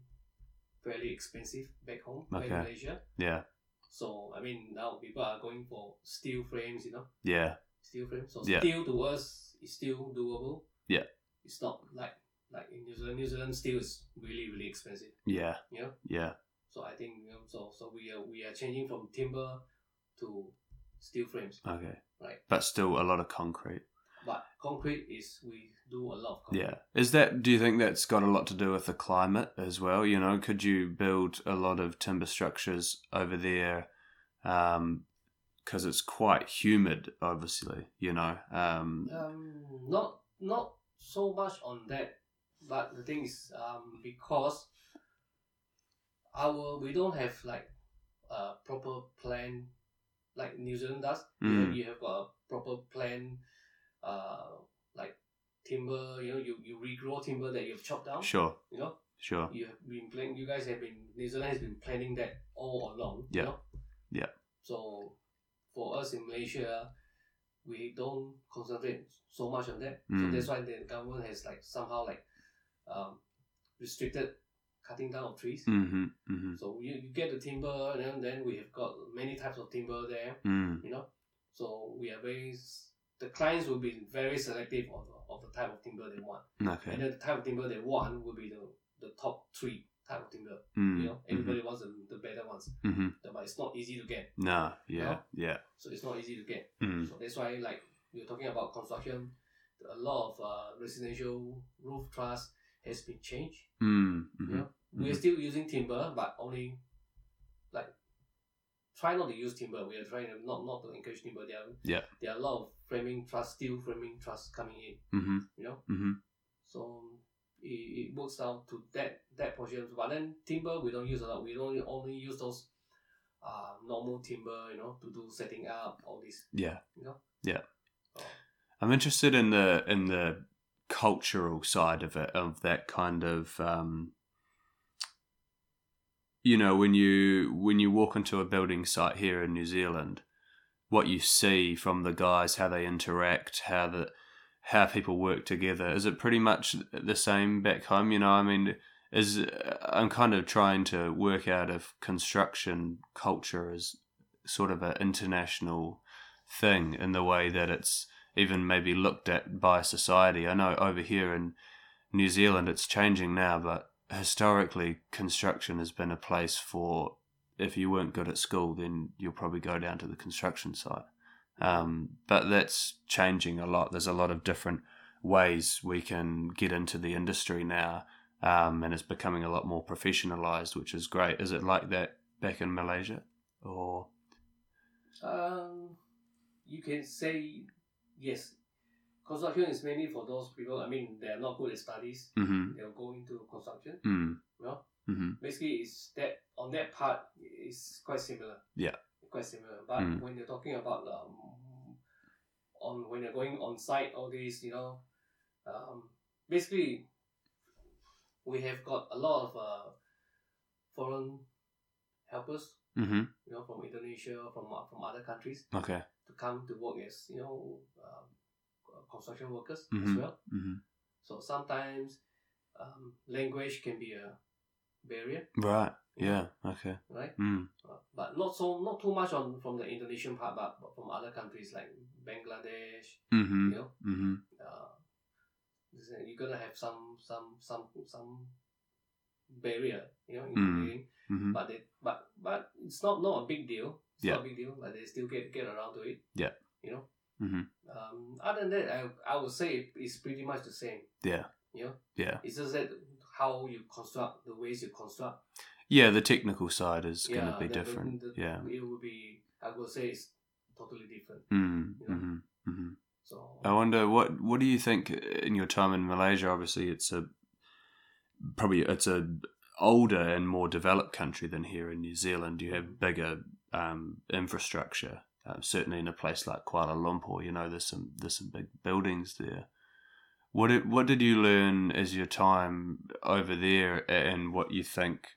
Speaker 2: fairly expensive back home back in
Speaker 1: Okay.
Speaker 2: Malaysia.
Speaker 1: Yeah.
Speaker 2: So I mean now people are going for steel frames, you know,
Speaker 1: Yeah.
Speaker 2: steel frames. So
Speaker 1: Yeah.
Speaker 2: steel to us is still doable.
Speaker 1: Yeah.
Speaker 2: It's not like like in New Zealand. New Zealand steel is really really expensive.
Speaker 1: Yeah.
Speaker 2: Yeah.
Speaker 1: Yeah.
Speaker 2: So I think you know, so so we are we are changing from timber to steel frames,
Speaker 1: Okay.
Speaker 2: Right.
Speaker 1: But still a lot of concrete.
Speaker 2: but concrete is we do a lot of concrete.
Speaker 1: Yeah. Is that? Do you think that's got a lot to do with the climate as well? You know, could you build a lot of timber structures over there? Um, because it's quite humid, obviously. You know. Um.
Speaker 2: Um, not not so much on that, but the thing is, um, because our we don't have like a proper plan like New Zealand does. You, know,
Speaker 1: Mm.
Speaker 2: you have got a proper plan, uh, like timber. You know, you, you regrow timber that you've chopped down.
Speaker 1: Sure.
Speaker 2: You know,
Speaker 1: Sure.
Speaker 2: you have been planning. You guys have been New Zealand has been planning that all along.
Speaker 1: Yeah.
Speaker 2: You know?
Speaker 1: Yeah.
Speaker 2: So, for us in Malaysia, we don't concentrate so much on that.
Speaker 1: Mm.
Speaker 2: So that's why the government has like somehow like um, restricted cutting down of trees.
Speaker 1: Mm-hmm. Mm-hmm.
Speaker 2: So you, you get the timber, and then, then we have got many types of timber there.
Speaker 1: Mm.
Speaker 2: You know, so we are very s- the clients will be very selective of, the- of the type of timber they want,
Speaker 1: Okay.
Speaker 2: and then the type of timber they want will be the the top three type of thinker.
Speaker 1: Mm.
Speaker 2: You know, everybody wants the, the better ones,
Speaker 1: hmm
Speaker 2: but it's not easy to get.
Speaker 1: No, yeah,
Speaker 2: No?
Speaker 1: yeah.
Speaker 2: So it's not easy to get.
Speaker 1: Mm.
Speaker 2: So that's why, like you're talking about construction, a lot of uh, residential roof truss has been changed.
Speaker 1: Mm. hmm
Speaker 2: You know, we're
Speaker 1: Mhm.
Speaker 2: still using timber, but only like try not to use timber. We are trying to not not to encourage timber. There are
Speaker 1: Yeah.
Speaker 2: there are a lot of framing truss, steel framing truss coming in.
Speaker 1: hmm
Speaker 2: You know,
Speaker 1: hmm
Speaker 2: so it, it works out to that that portion. But then timber we don't use a lot. We only only use those. Uh, normal timber, you know, to do setting up all this.
Speaker 1: Yeah.
Speaker 2: No.
Speaker 1: Yeah.
Speaker 2: Oh.
Speaker 1: I'm interested in the in the cultural side of it of that kind of um, you know when you when you walk into a building site here in New Zealand, what you see from the guys, how they interact, how the how people work together is it pretty much the same back home? You know, I mean, is I'm kind of trying to work out if construction culture is sort of an international thing in the way that it's even maybe looked at by society. I know over here in New Zealand it's changing now, but historically construction has been a place for if you weren't good at school, then you'll probably go down to the construction site. Um, but that's changing a lot. There's a lot of different ways we can get into the industry now, um, and it's becoming a lot more professionalized, which is great. Is it like that back in Malaysia? Or
Speaker 2: Um, you can say yes. Construction is mainly for those people. I mean, they are not good at studies.
Speaker 1: mm-hmm,
Speaker 2: They'll go into construction.
Speaker 1: mm,
Speaker 2: Well,
Speaker 1: mm-hmm.
Speaker 2: basically, it's that on that part is quite similar.
Speaker 1: Yeah.
Speaker 2: quite similar. But
Speaker 1: Mm.
Speaker 2: when you're talking about um, on when you're going on site, all these, you know, um, basically, we have got a lot of uh, foreign helpers.
Speaker 1: Mm-hmm.
Speaker 2: You know, from Indonesia, from uh, from other countries.
Speaker 1: Okay.
Speaker 2: to come to work as you know um, uh, construction workers as
Speaker 1: Mhm.
Speaker 2: well.
Speaker 1: Mm-hmm.
Speaker 2: So sometimes um, language can be a barrier,
Speaker 1: Right. Yeah. Okay.
Speaker 2: right?
Speaker 1: Mm.
Speaker 2: Uh, but not so not too much on from the Indonesian part, but but from other countries like Bangladesh,
Speaker 1: Mm-hmm.
Speaker 2: you know.
Speaker 1: Mm-hmm.
Speaker 2: Uh, this is- you're gonna have some some some some barrier, you know, in
Speaker 1: Mm.
Speaker 2: getting-
Speaker 1: Mm-hmm.
Speaker 2: but it but but it's not not a big deal. It's
Speaker 1: Yeah.
Speaker 2: not a big deal, but they still get get around to it.
Speaker 1: Yeah.
Speaker 2: You know.
Speaker 1: Mhm.
Speaker 2: Um, other than that, I I would say it- it's pretty much the same.
Speaker 1: Yeah.
Speaker 2: You know.
Speaker 1: Yeah.
Speaker 2: It's just that how you construct the ways you construct.
Speaker 1: Yeah. The technical side is going
Speaker 2: Yeah,
Speaker 1: to be
Speaker 2: the- the-
Speaker 1: different.
Speaker 2: the-
Speaker 1: yeah.
Speaker 2: It would be. I would say it's totally different.
Speaker 1: Mm.
Speaker 2: Yeah.
Speaker 1: Mm-hmm. Mm-hmm.
Speaker 2: So.
Speaker 1: I wonder what what do you think uh, in your time in Malaysia? Obviously, it's a probably it's a older and more developed country than here in New Zealand. You have bigger um, infrastructure. Um, certainly, in a place like Kuala Lumpur, you know, there's some there's some big buildings there. What did, what did you learn as your time over there, and what you think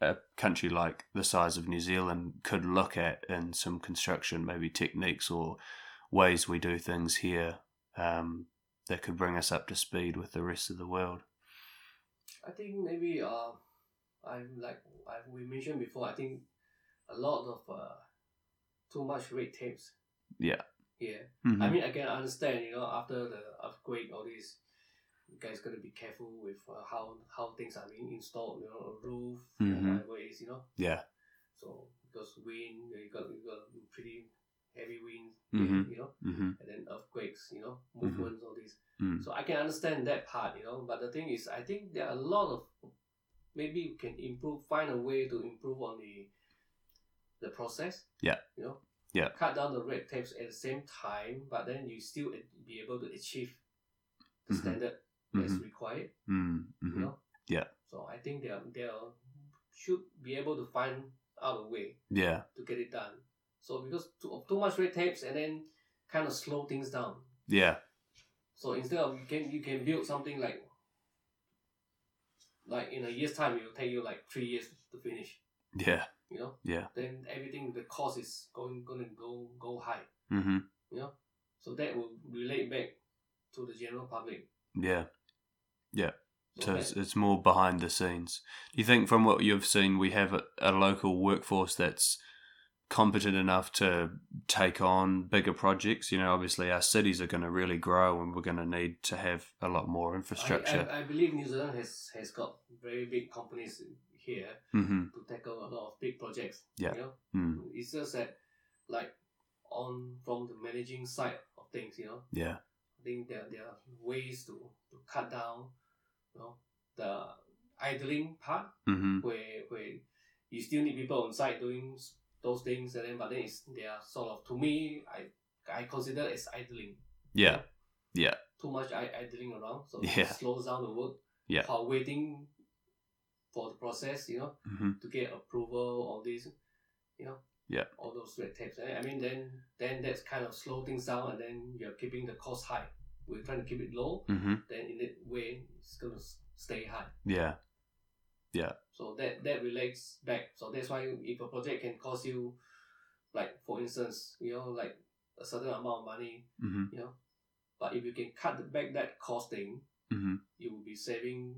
Speaker 1: a country like the size of New Zealand could look at in some construction, maybe techniques or ways we do things here um, that could bring us up to speed with the rest of the world.
Speaker 2: I think maybe uh, I like I we mentioned before. I think a lot of uh, too much red tapes.
Speaker 1: Yeah.
Speaker 2: Yeah.
Speaker 1: Mm-hmm.
Speaker 2: I mean, I can understand. You know, after the earthquake, all this, you guys gotta be careful with uh, how how things are being installed. You know, roof,
Speaker 1: Mhm.
Speaker 2: whatever it is. You know,
Speaker 1: yeah.
Speaker 2: so because wind, you got you got pretty heavy wind.
Speaker 1: Mhm.
Speaker 2: You know,
Speaker 1: Mm-hmm.
Speaker 2: and then earthquakes. You know, movements, all these.
Speaker 1: Mm.
Speaker 2: So I can understand that part, you know. But the thing is, I think there are a lot of maybe we can improve, find a way to improve on the the process.
Speaker 1: Yeah.
Speaker 2: You know.
Speaker 1: Yeah.
Speaker 2: Cut down the red tapes at the same time, but then you still a- be able to achieve the
Speaker 1: Mhm.
Speaker 2: standard that's
Speaker 1: Mm-hmm.
Speaker 2: required. You
Speaker 1: Mm-hmm.
Speaker 2: know.
Speaker 1: Yeah.
Speaker 2: So I think they are, they are, should be able to find out a way
Speaker 1: Yeah.
Speaker 2: to get it done. So because too, too much red tapes and then kind of slow things down.
Speaker 1: Yeah.
Speaker 2: So instead of you can you can build something like like in a year's time it'll take you like three years to finish.
Speaker 1: Yeah.
Speaker 2: You know?
Speaker 1: Yeah.
Speaker 2: Then everything the cost is going gonna go go high.
Speaker 1: Mm-hmm.
Speaker 2: So that will relate back to the general public.
Speaker 1: Yeah.
Speaker 2: So
Speaker 1: So
Speaker 2: that-
Speaker 1: it's, it's more behind the scenes. Do you think, from what you've seen, we have a, a local workforce that's competent enough to take on bigger projects. You know, obviously our cities are going to really grow, and we're going to need to have a lot more infrastructure.
Speaker 2: I, I, I believe New Zealand has, has got very big companies here
Speaker 1: hmm
Speaker 2: to tackle a lot of big projects.
Speaker 1: Yeah.
Speaker 2: You know?
Speaker 1: Mm,
Speaker 2: It's just that, like, on from the managing side of things, you know,
Speaker 1: yeah,
Speaker 2: I think there, there are ways to, to cut down, you know, the idling part
Speaker 1: hmm
Speaker 2: where where you still need people on site doing s- those things, and then but then it's, they are sort of to me, I I consider it's idling.
Speaker 1: yeah, yeah,
Speaker 2: Too much I, idling around, so
Speaker 1: Yeah.
Speaker 2: it slows down the work.
Speaker 1: Yeah.
Speaker 2: While waiting for the process, you know,
Speaker 1: hmm
Speaker 2: to get approval, all these, you know,
Speaker 1: Yeah.
Speaker 2: all those red tapes. I I mean, then then that's kind of slow things down, and then you're keeping the cost high. We're trying to keep it low,
Speaker 1: hmm
Speaker 2: then in that way it's gonna s- stay high.
Speaker 1: yeah,
Speaker 2: So that that relates back. So that's why if a project can cost you, like for instance, you know, like a certain amount of money,
Speaker 1: hmm
Speaker 2: you know, but if you can cut back that costing,
Speaker 1: hmm
Speaker 2: you will be saving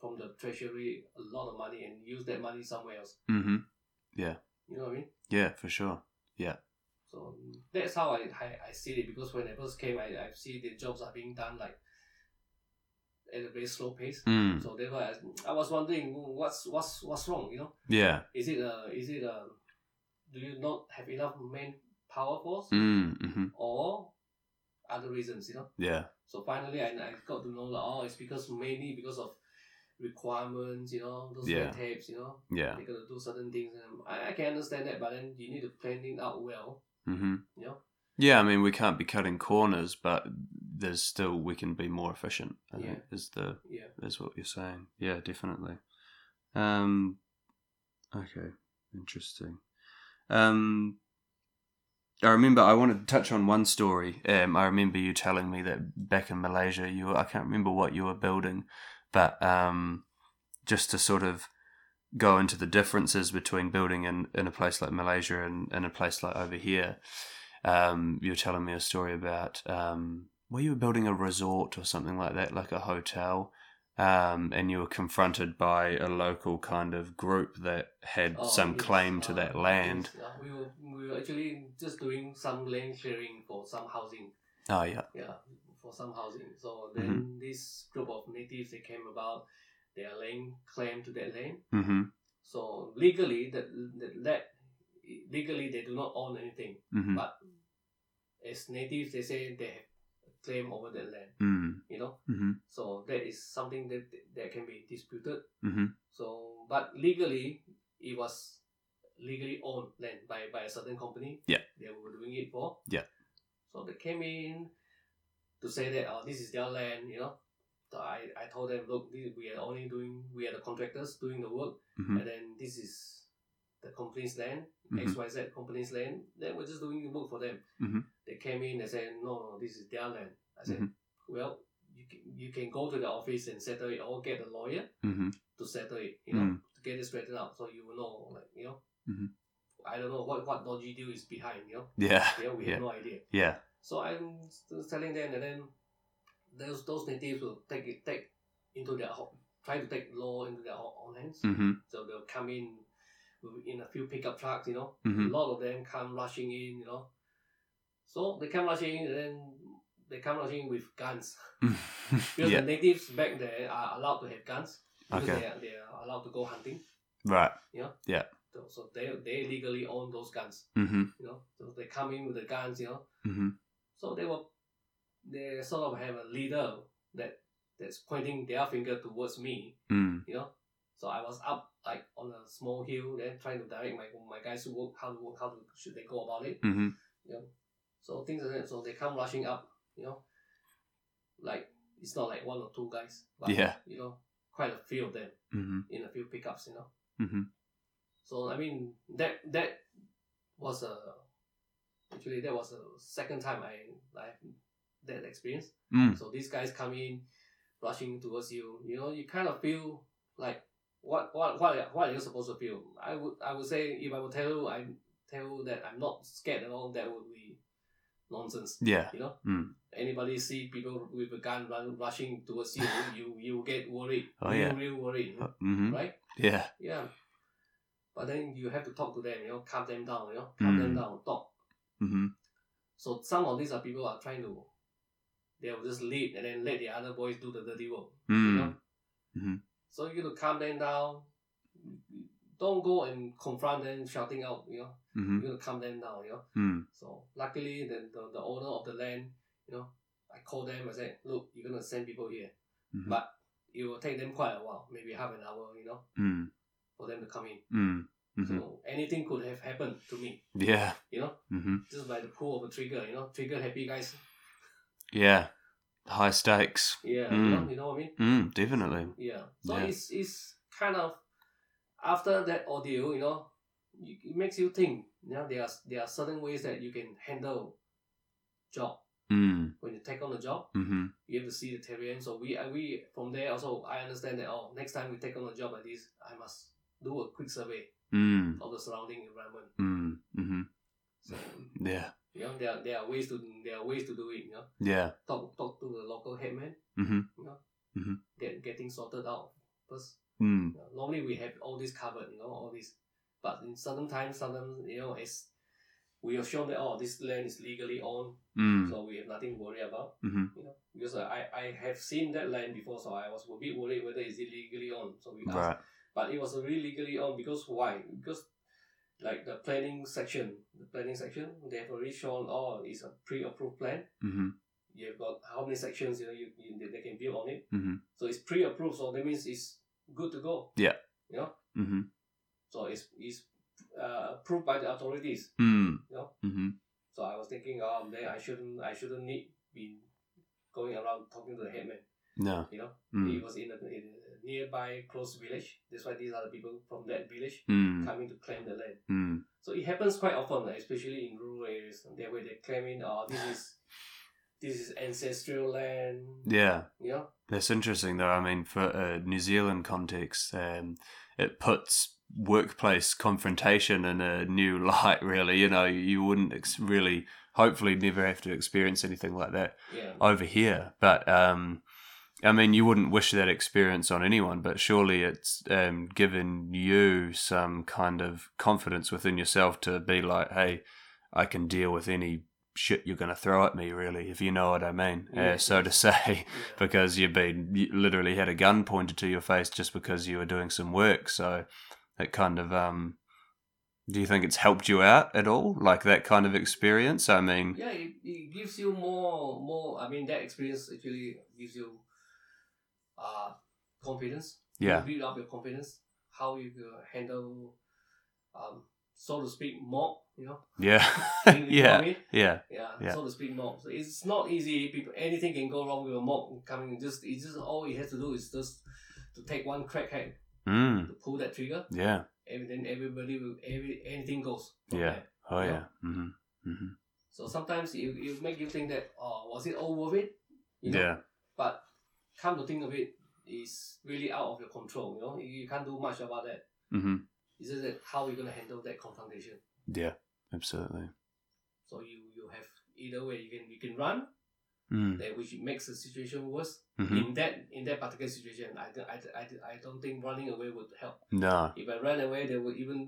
Speaker 2: from the treasury a lot of money and use that money somewhere else.
Speaker 1: hmm
Speaker 2: You know what I mean?
Speaker 1: yeah, for sure.
Speaker 2: So that's how I, I, I see it because when I first came, I, I see the jobs are being done like at a very slow pace.
Speaker 1: Mm,
Speaker 2: So that's why I, I was wondering what's what's what's wrong, you know?
Speaker 1: yeah,
Speaker 2: Is it uh is it uh do you not have enough manpower force
Speaker 1: mm, hmm
Speaker 2: or other reasons, you know?
Speaker 1: yeah,
Speaker 2: So finally, I, I got to know that oh, it's because mainly because of requirements, you know, those
Speaker 1: Yeah.
Speaker 2: red tapes, you know,
Speaker 1: yeah,
Speaker 2: they gotta do certain things. And I, I can understand that, but then you need to plan it out well,
Speaker 1: hmm
Speaker 2: you know.
Speaker 1: Yeah, I mean, we can't be cutting corners, but there's still we can be more efficient. I think is the
Speaker 2: Yeah.
Speaker 1: is what you're saying. Yeah, definitely. Um, okay, interesting. Um, I remember I wanted to touch on one story. Um, I remember you telling me that back in Malaysia, you were, I can't remember what you were building, but um, just to sort of go into the differences between building in, in a place like Malaysia and in a place like over here. Um, you were telling me a story about um, where you were building a resort or something like that, like a hotel, um, and you were confronted by a local kind of group that had
Speaker 2: Oh,
Speaker 1: some
Speaker 2: yes,
Speaker 1: claim to
Speaker 2: uh,
Speaker 1: that land.
Speaker 2: yes, uh, we, were, we were actually just doing some land clearing for some housing.
Speaker 1: Oh yeah.
Speaker 2: Yeah, for some housing. So then this group of natives they came about, they are laying claim to that land.
Speaker 1: Mm-hmm.
Speaker 2: So legally, that that, that legally they do not own anything.
Speaker 1: Mm-hmm.
Speaker 2: But as natives, they say they have a claim over that land.
Speaker 1: Mm-hmm.
Speaker 2: You know,
Speaker 1: Mm-hmm.
Speaker 2: so that is something that that can be disputed.
Speaker 1: Mm-hmm.
Speaker 2: So, but legally, it was legally owned land by, by a certain company.
Speaker 1: Yeah.
Speaker 2: They were doing it for.
Speaker 1: Yeah.
Speaker 2: So they came in to say that oh, this is their land, you know. So I, I told them, look, this, we are only doing, we are the contractors doing the work,
Speaker 1: Mm-hmm.
Speaker 2: and then this is the company's land,
Speaker 1: Mhm.
Speaker 2: XYZ company's land. Then we're just doing the work for them.
Speaker 1: Mhm.
Speaker 2: They came in and said, no, no, this is their land. I said,
Speaker 1: Mhm.
Speaker 2: well, you can, you can go to the office and settle it or get a lawyer
Speaker 1: Mm-hmm.
Speaker 2: to settle it, you know,
Speaker 1: Mm.
Speaker 2: to get it straightened out. So you will know, like, you know,
Speaker 1: Mhm.
Speaker 2: I don't know what, what dodgy deal is behind, you know,
Speaker 1: Yeah.
Speaker 2: yeah, we
Speaker 1: Yeah.
Speaker 2: have no idea.
Speaker 1: Yeah.
Speaker 2: So I'm s- telling them, and then those, those natives will take it, take into their, ho- try to take law into their ho- own hands.
Speaker 1: Mm-hmm.
Speaker 2: So they'll come in with- in a few pickup trucks, you know,
Speaker 1: Mm-hmm.
Speaker 2: a lot of them come rushing in, you know. So they come rushing in, and then they come rushing in with guns. Because
Speaker 1: yeah.
Speaker 2: the natives back there are allowed to have guns. Because
Speaker 1: Okay.
Speaker 2: they, are, they are allowed to go hunting.
Speaker 1: Right.
Speaker 2: So, so they, they legally own those guns.
Speaker 1: Mm-hmm.
Speaker 2: You know, so they come in with the guns. You know,
Speaker 1: Mm-hmm.
Speaker 2: so they were they sort of have a leader that that's pointing their finger towards me.
Speaker 1: Mm.
Speaker 2: You know, so I was up like on a small hill, then trying to direct my my guys to work how to work how to, should they go about it.
Speaker 1: Mm-hmm.
Speaker 2: You know, so things like that. So they come rushing up. You know, like it's not like one or two guys, but
Speaker 1: Yeah.
Speaker 2: you know, quite a few of them
Speaker 1: Mm-hmm.
Speaker 2: in a few pickups. You know.
Speaker 1: Mm-hmm.
Speaker 2: So I mean that that was a actually that was the second time I I had that experience.
Speaker 1: Mm.
Speaker 2: So these guys come in rushing towards you. You know, you kind of feel like what what what are- what are you supposed to feel? I would I would say if I would tell you I tell you that I'm not scared at all, that would be nonsense.
Speaker 1: Yeah.
Speaker 2: You know,
Speaker 1: Mm.
Speaker 2: anybody see people with a gun run, rushing towards you, you you get worried.
Speaker 1: Oh,
Speaker 2: you
Speaker 1: yeah.
Speaker 2: real worried,
Speaker 1: Mm-hmm.
Speaker 2: right?
Speaker 1: Yeah.
Speaker 2: Yeah. But then you have to talk to them, you know, calm them down, you know, calm them
Speaker 1: Mm.
Speaker 2: down, talk.
Speaker 1: Mm-hmm.
Speaker 2: So some of these are people are trying to, they will just lead and then let the other boys do the dirty work. You know?
Speaker 1: Mm.
Speaker 2: So you got to calm them down. Don't go and confront them, shouting out, you know.
Speaker 1: Mm-hmm.
Speaker 2: You got to calm them down, you know.
Speaker 1: Mm.
Speaker 2: So luckily, the, the, the owner of the land, you know, I called them. I said, look, you're gonna send people here,
Speaker 1: Mhm.
Speaker 2: but it will take them quite a while, maybe half an hour, you know,
Speaker 1: Mm.
Speaker 2: for them to come in.
Speaker 1: Mm. Mm-hmm.
Speaker 2: So anything could have happened to me,
Speaker 1: Yeah.
Speaker 2: you know,
Speaker 1: Mm-hmm.
Speaker 2: just like the pull of a trigger, you know, trigger happy guys.
Speaker 1: Yeah. High stakes.
Speaker 2: Yeah, you,
Speaker 1: Mm.
Speaker 2: know, you know what I mean.
Speaker 1: Mm, definitely.
Speaker 2: Yeah. So
Speaker 1: Yeah.
Speaker 2: it's it's kind of after that ordeal, you know, you, it makes you think. You know, there are there are certain ways that you can handle job
Speaker 1: Mm.
Speaker 2: when you take on a job.
Speaker 1: Mm-hmm.
Speaker 2: you have to see the terrain. So we uh, we from there also I understand that oh next time we take on a job like this I must do a quick survey
Speaker 1: Mm.
Speaker 2: of the surrounding environment.
Speaker 1: Mm. Mm-hmm.
Speaker 2: So
Speaker 1: Yeah.
Speaker 2: you know there are, there are ways to there are ways to do it. You know
Speaker 1: Yeah.
Speaker 2: talk talk to the local headman.
Speaker 1: Mm-hmm.
Speaker 2: You know
Speaker 1: Mhm.
Speaker 2: get getting sorted out first.
Speaker 1: Mm.
Speaker 2: You know, normally we have all this covered. You know all this, but in certain times sometimes you know it's we have shown that oh this land is legally owned,
Speaker 1: Mm.
Speaker 2: so we have nothing to worry about.
Speaker 1: Mm-hmm.
Speaker 2: you know, because I, I have seen that line before, so I was a bit worried whether it's illegally on. So we asked,
Speaker 1: Right.
Speaker 2: but it was really legally on because why? Because like the planning section, the planning section, they have already shown oh, it's a pre-approved plan.
Speaker 1: Mm-hmm.
Speaker 2: You've got how many sections you know you, you they- they can build on it.
Speaker 1: Mhm.
Speaker 2: So it's pre-approved, so that means it's good to go.
Speaker 1: Mm-hmm.
Speaker 2: So it's it's uh, approved by the authorities.
Speaker 1: Mm.
Speaker 2: No.
Speaker 1: Mm-hmm.
Speaker 2: So I was thinking, um, then I shouldn't I shouldn't need be going around talking to the headman,
Speaker 1: No.
Speaker 2: you know.
Speaker 1: Mm.
Speaker 2: It was in a, in a nearby close village. That's why these are the people from that village
Speaker 1: Mm.
Speaker 2: coming to claim the land.
Speaker 1: Mm.
Speaker 2: So it happens quite often, especially in rural areas. That way they claim in, oh, this is this is ancestral land.
Speaker 1: Yeah.
Speaker 2: You know?
Speaker 1: That's interesting, though. I mean, for a New Zealand context, um, it puts workplace confrontation in a new light, really. You know, you wouldn't ex- really, hopefully, never have to experience anything like that
Speaker 2: Yeah.
Speaker 1: over here. But, um, I mean, you wouldn't wish that experience on anyone, but surely it's um, given you some kind of confidence within yourself to be like, hey, I can deal with any shit you're going to throw at me, really, if you know what I mean. Uh,
Speaker 2: Yes,
Speaker 1: so to
Speaker 2: yes.
Speaker 1: say.
Speaker 2: yeah.
Speaker 1: because you've been you literally had a gun pointed to your face just because you were doing some work. So it kind of um, do you think it's helped you out at all? Like that kind of experience? I mean,
Speaker 2: Yeah, it, it gives you more more I mean that experience actually gives you uh confidence.
Speaker 1: yeah,
Speaker 2: You build up your confidence, how you uh, handle um so to speak mob, you know.
Speaker 1: yeah,
Speaker 2: You know what I
Speaker 1: yeah,
Speaker 2: mean?
Speaker 1: yeah,
Speaker 2: Yeah,
Speaker 1: Yeah.
Speaker 2: so to speak, mob. So it's not easy. People, anything can go wrong with a mob coming. in. Just it's just all it has to do is just to take one crackhead
Speaker 1: mm,
Speaker 2: to pull that trigger,
Speaker 1: yeah,
Speaker 2: and then everybody will every anything goes. from
Speaker 1: Yeah.
Speaker 2: there.
Speaker 1: oh
Speaker 2: Yeah.
Speaker 1: yeah, mm-hmm. Mm-hmm.
Speaker 2: So sometimes it it make you think that oh was it all worth it? You know?
Speaker 1: yeah,
Speaker 2: But come to think of it, it's really out of your control. You know, you can't do much about that.
Speaker 1: mm-hmm.
Speaker 2: It's just that how you gonna handle that confrontation.
Speaker 1: yeah, absolutely.
Speaker 2: So you you have either way you can you can run,
Speaker 1: Mm,
Speaker 2: that which makes the situation worse.
Speaker 1: mm-hmm.
Speaker 2: in that in that particular situation, I, don't- I, don't- I, don't- I don't think running away would help.
Speaker 1: No,
Speaker 2: If I ran away, they would even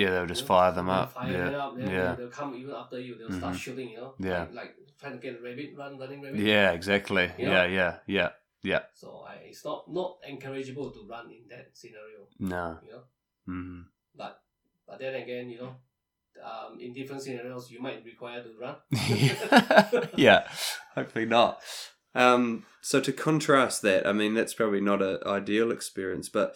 Speaker 1: yeah, they'll just
Speaker 2: Yeah.
Speaker 1: fire them up.
Speaker 2: fire
Speaker 1: yeah,
Speaker 2: me up. They'll,
Speaker 1: yeah,
Speaker 2: they'll come even after you. They'll start
Speaker 1: Mhm.
Speaker 2: shooting. You know,
Speaker 1: Yeah.
Speaker 2: like, like trying to get a rabbit, run running rabbit.
Speaker 1: yeah, exactly.
Speaker 2: You
Speaker 1: Yeah,
Speaker 2: know?
Speaker 1: yeah, yeah.
Speaker 2: So I, it's not not encourageable to run in that scenario.
Speaker 1: No,
Speaker 2: You know,
Speaker 1: mm-hmm.
Speaker 2: but but then again, you know, um, in different scenarios, you might require to run.
Speaker 1: yeah, hopefully not. Um, so to contrast that, I mean that's probably not an ideal experience, but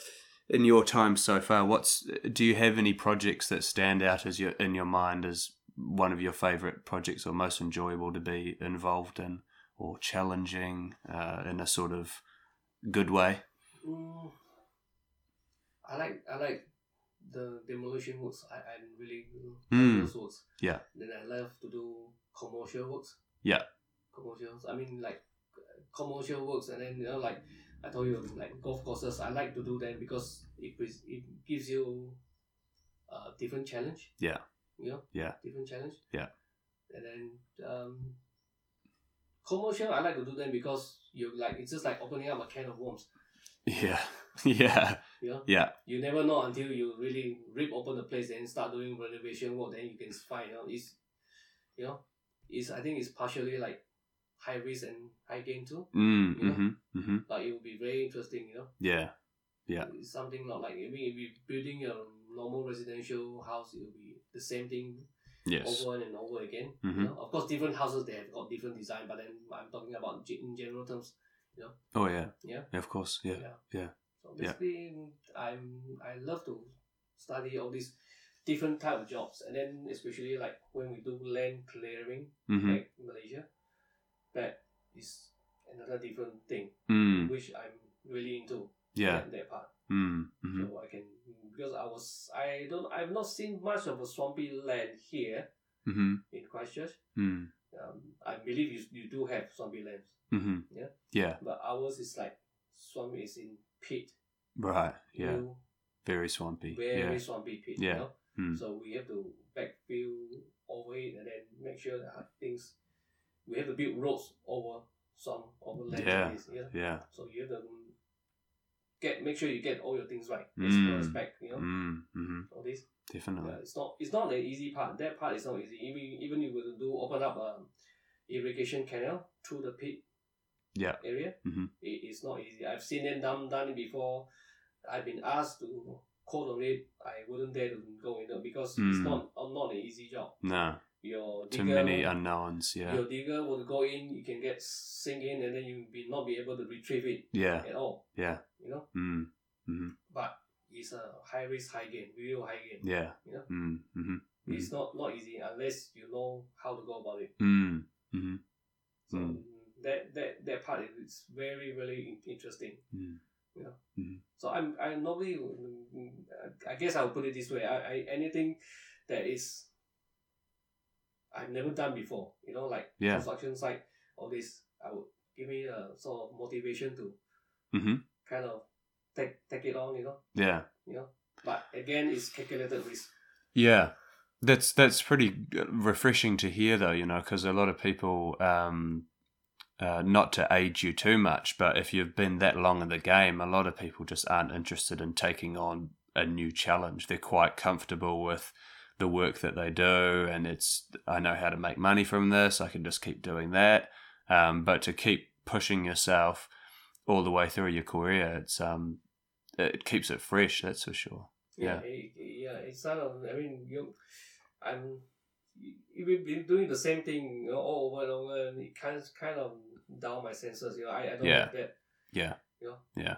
Speaker 1: in your time so far, what's do you have any projects that stand out as your in your mind as one of your favorite projects or most enjoyable to be involved in or challenging uh, in a sort of good way?
Speaker 2: Mm, I like I like the demolition works. I I'm really love
Speaker 1: Mm.
Speaker 2: those works.
Speaker 1: Yeah.
Speaker 2: Then I love to do commercial works.
Speaker 1: Yeah.
Speaker 2: Commercials. I mean, like uh, commercial works, and then you know, like I told you, like golf courses. I like to do them because it pres- it gives you a different challenge.
Speaker 1: Yeah.
Speaker 2: You know.
Speaker 1: Yeah.
Speaker 2: Different challenge.
Speaker 1: Yeah.
Speaker 2: And then um, commercial, I like to do them because you like it's just like opening up a can of worms.
Speaker 1: Yeah. Yeah.
Speaker 2: You know,
Speaker 1: Yeah.
Speaker 2: you never know until you really rip open the place and start doing renovation work. Then you can find out it's, you know, it's I think it's partially like high risk and high gain too.
Speaker 1: Mm,
Speaker 2: You know?
Speaker 1: hmm hmm
Speaker 2: But it will be very interesting. You know,
Speaker 1: Yeah. Yeah.
Speaker 2: It's something not like I mean, if you're building a normal residential house, it will be the same thing
Speaker 1: Yes.
Speaker 2: over and over again.
Speaker 1: Mhm.
Speaker 2: You know? Of course, different houses they have got different design, but then I'm talking about ge- in general terms.
Speaker 1: Oh yeah.
Speaker 2: Yeah.
Speaker 1: Of course. Yeah.
Speaker 2: So
Speaker 1: Yeah.
Speaker 2: basically, I'm I love to study all these different type of jobs, and then especially like when we do land clearing
Speaker 1: Mm-hmm.
Speaker 2: like Malaysia, that is another different thing
Speaker 1: Mm.
Speaker 2: which I'm really into.
Speaker 1: Yeah.
Speaker 2: that, that part.
Speaker 1: Mm. hmm
Speaker 2: So I can because I was I don't I've not seen much of a swampy land here
Speaker 1: hmm
Speaker 2: in Christchurch.
Speaker 1: Mm.
Speaker 2: Um, I believe you you do have swampy lands,
Speaker 1: hmm
Speaker 2: Yeah.
Speaker 1: Yeah.
Speaker 2: but ours is like swamp is in pit.
Speaker 1: Right. Yeah.
Speaker 2: You
Speaker 1: Very swampy.
Speaker 2: very
Speaker 1: yeah.
Speaker 2: swampy pit.
Speaker 1: Yeah.
Speaker 2: You know?
Speaker 1: Mm.
Speaker 2: So we have to backfill over it and then make sure that things we have to build roads over some over land.
Speaker 1: Yeah.
Speaker 2: Is, yeah.
Speaker 1: Yeah.
Speaker 2: So you have to get make sure you get all your things right as
Speaker 1: Mm.
Speaker 2: well as back, you know.
Speaker 1: Mm. hmm
Speaker 2: All this.
Speaker 1: Definitely.
Speaker 2: Yeah, it's not it's not the easy part. That part is not easy. Even even you will do open up um irrigation canal through the pit
Speaker 1: Yeah.
Speaker 2: area.
Speaker 1: Mhm.
Speaker 2: It, it's not easy. I've seen them done done it before. I've been asked to code on it. I wouldn't dare to go in there because it's
Speaker 1: Mm.
Speaker 2: not uh, not an easy job.
Speaker 1: No.
Speaker 2: Your
Speaker 1: Too
Speaker 2: digger,
Speaker 1: many unknowns. Yeah.
Speaker 2: your digger will go in. You can get sink in, and then you will not be able to retrieve it
Speaker 1: Yeah.
Speaker 2: at all.
Speaker 1: Yeah.
Speaker 2: You know,
Speaker 1: Mm. hmm
Speaker 2: but it's a high risk, high gain, real high gain.
Speaker 1: Yeah.
Speaker 2: Yeah.
Speaker 1: Mm. hmm
Speaker 2: It's not not easy unless you know how to go about it.
Speaker 1: Mm. hmm
Speaker 2: So
Speaker 1: Mm.
Speaker 2: that, that that part is it's very very in- interesting.
Speaker 1: Mm.
Speaker 2: Yeah.
Speaker 1: Mhm.
Speaker 2: So I'm I normally mm, I guess I'll put it this way. I, I anything that is I've never done before. You know, like
Speaker 1: Yeah.
Speaker 2: construction site, all this. I would give me a sort of motivation to
Speaker 1: Mhm.
Speaker 2: kind of take take it on. You know,
Speaker 1: Yeah.
Speaker 2: you know. But again, it's calculated risk.
Speaker 1: Yeah, that's that's pretty uh, refreshing to hear, though. You know, because a lot of people, um, uh, not to age you too much, but if you've been that long in the game, a lot of people just aren't interested in taking on a new challenge. They're quite comfortable with the work that they do, and it's I know how to make money from this. I can just keep doing that. Um, but to keep pushing yourself all the way through your career, it's um, it keeps it fresh. That's for sure.
Speaker 2: yeah
Speaker 1: Yeah.
Speaker 2: it, it- yeah it's not a, i mean you i'm if we've been doing the same thing you know, all over and over and it kind of, kind of down my senses you know i, I don't
Speaker 1: Yeah.
Speaker 2: like that
Speaker 1: Yeah.
Speaker 2: you know
Speaker 1: Yeah.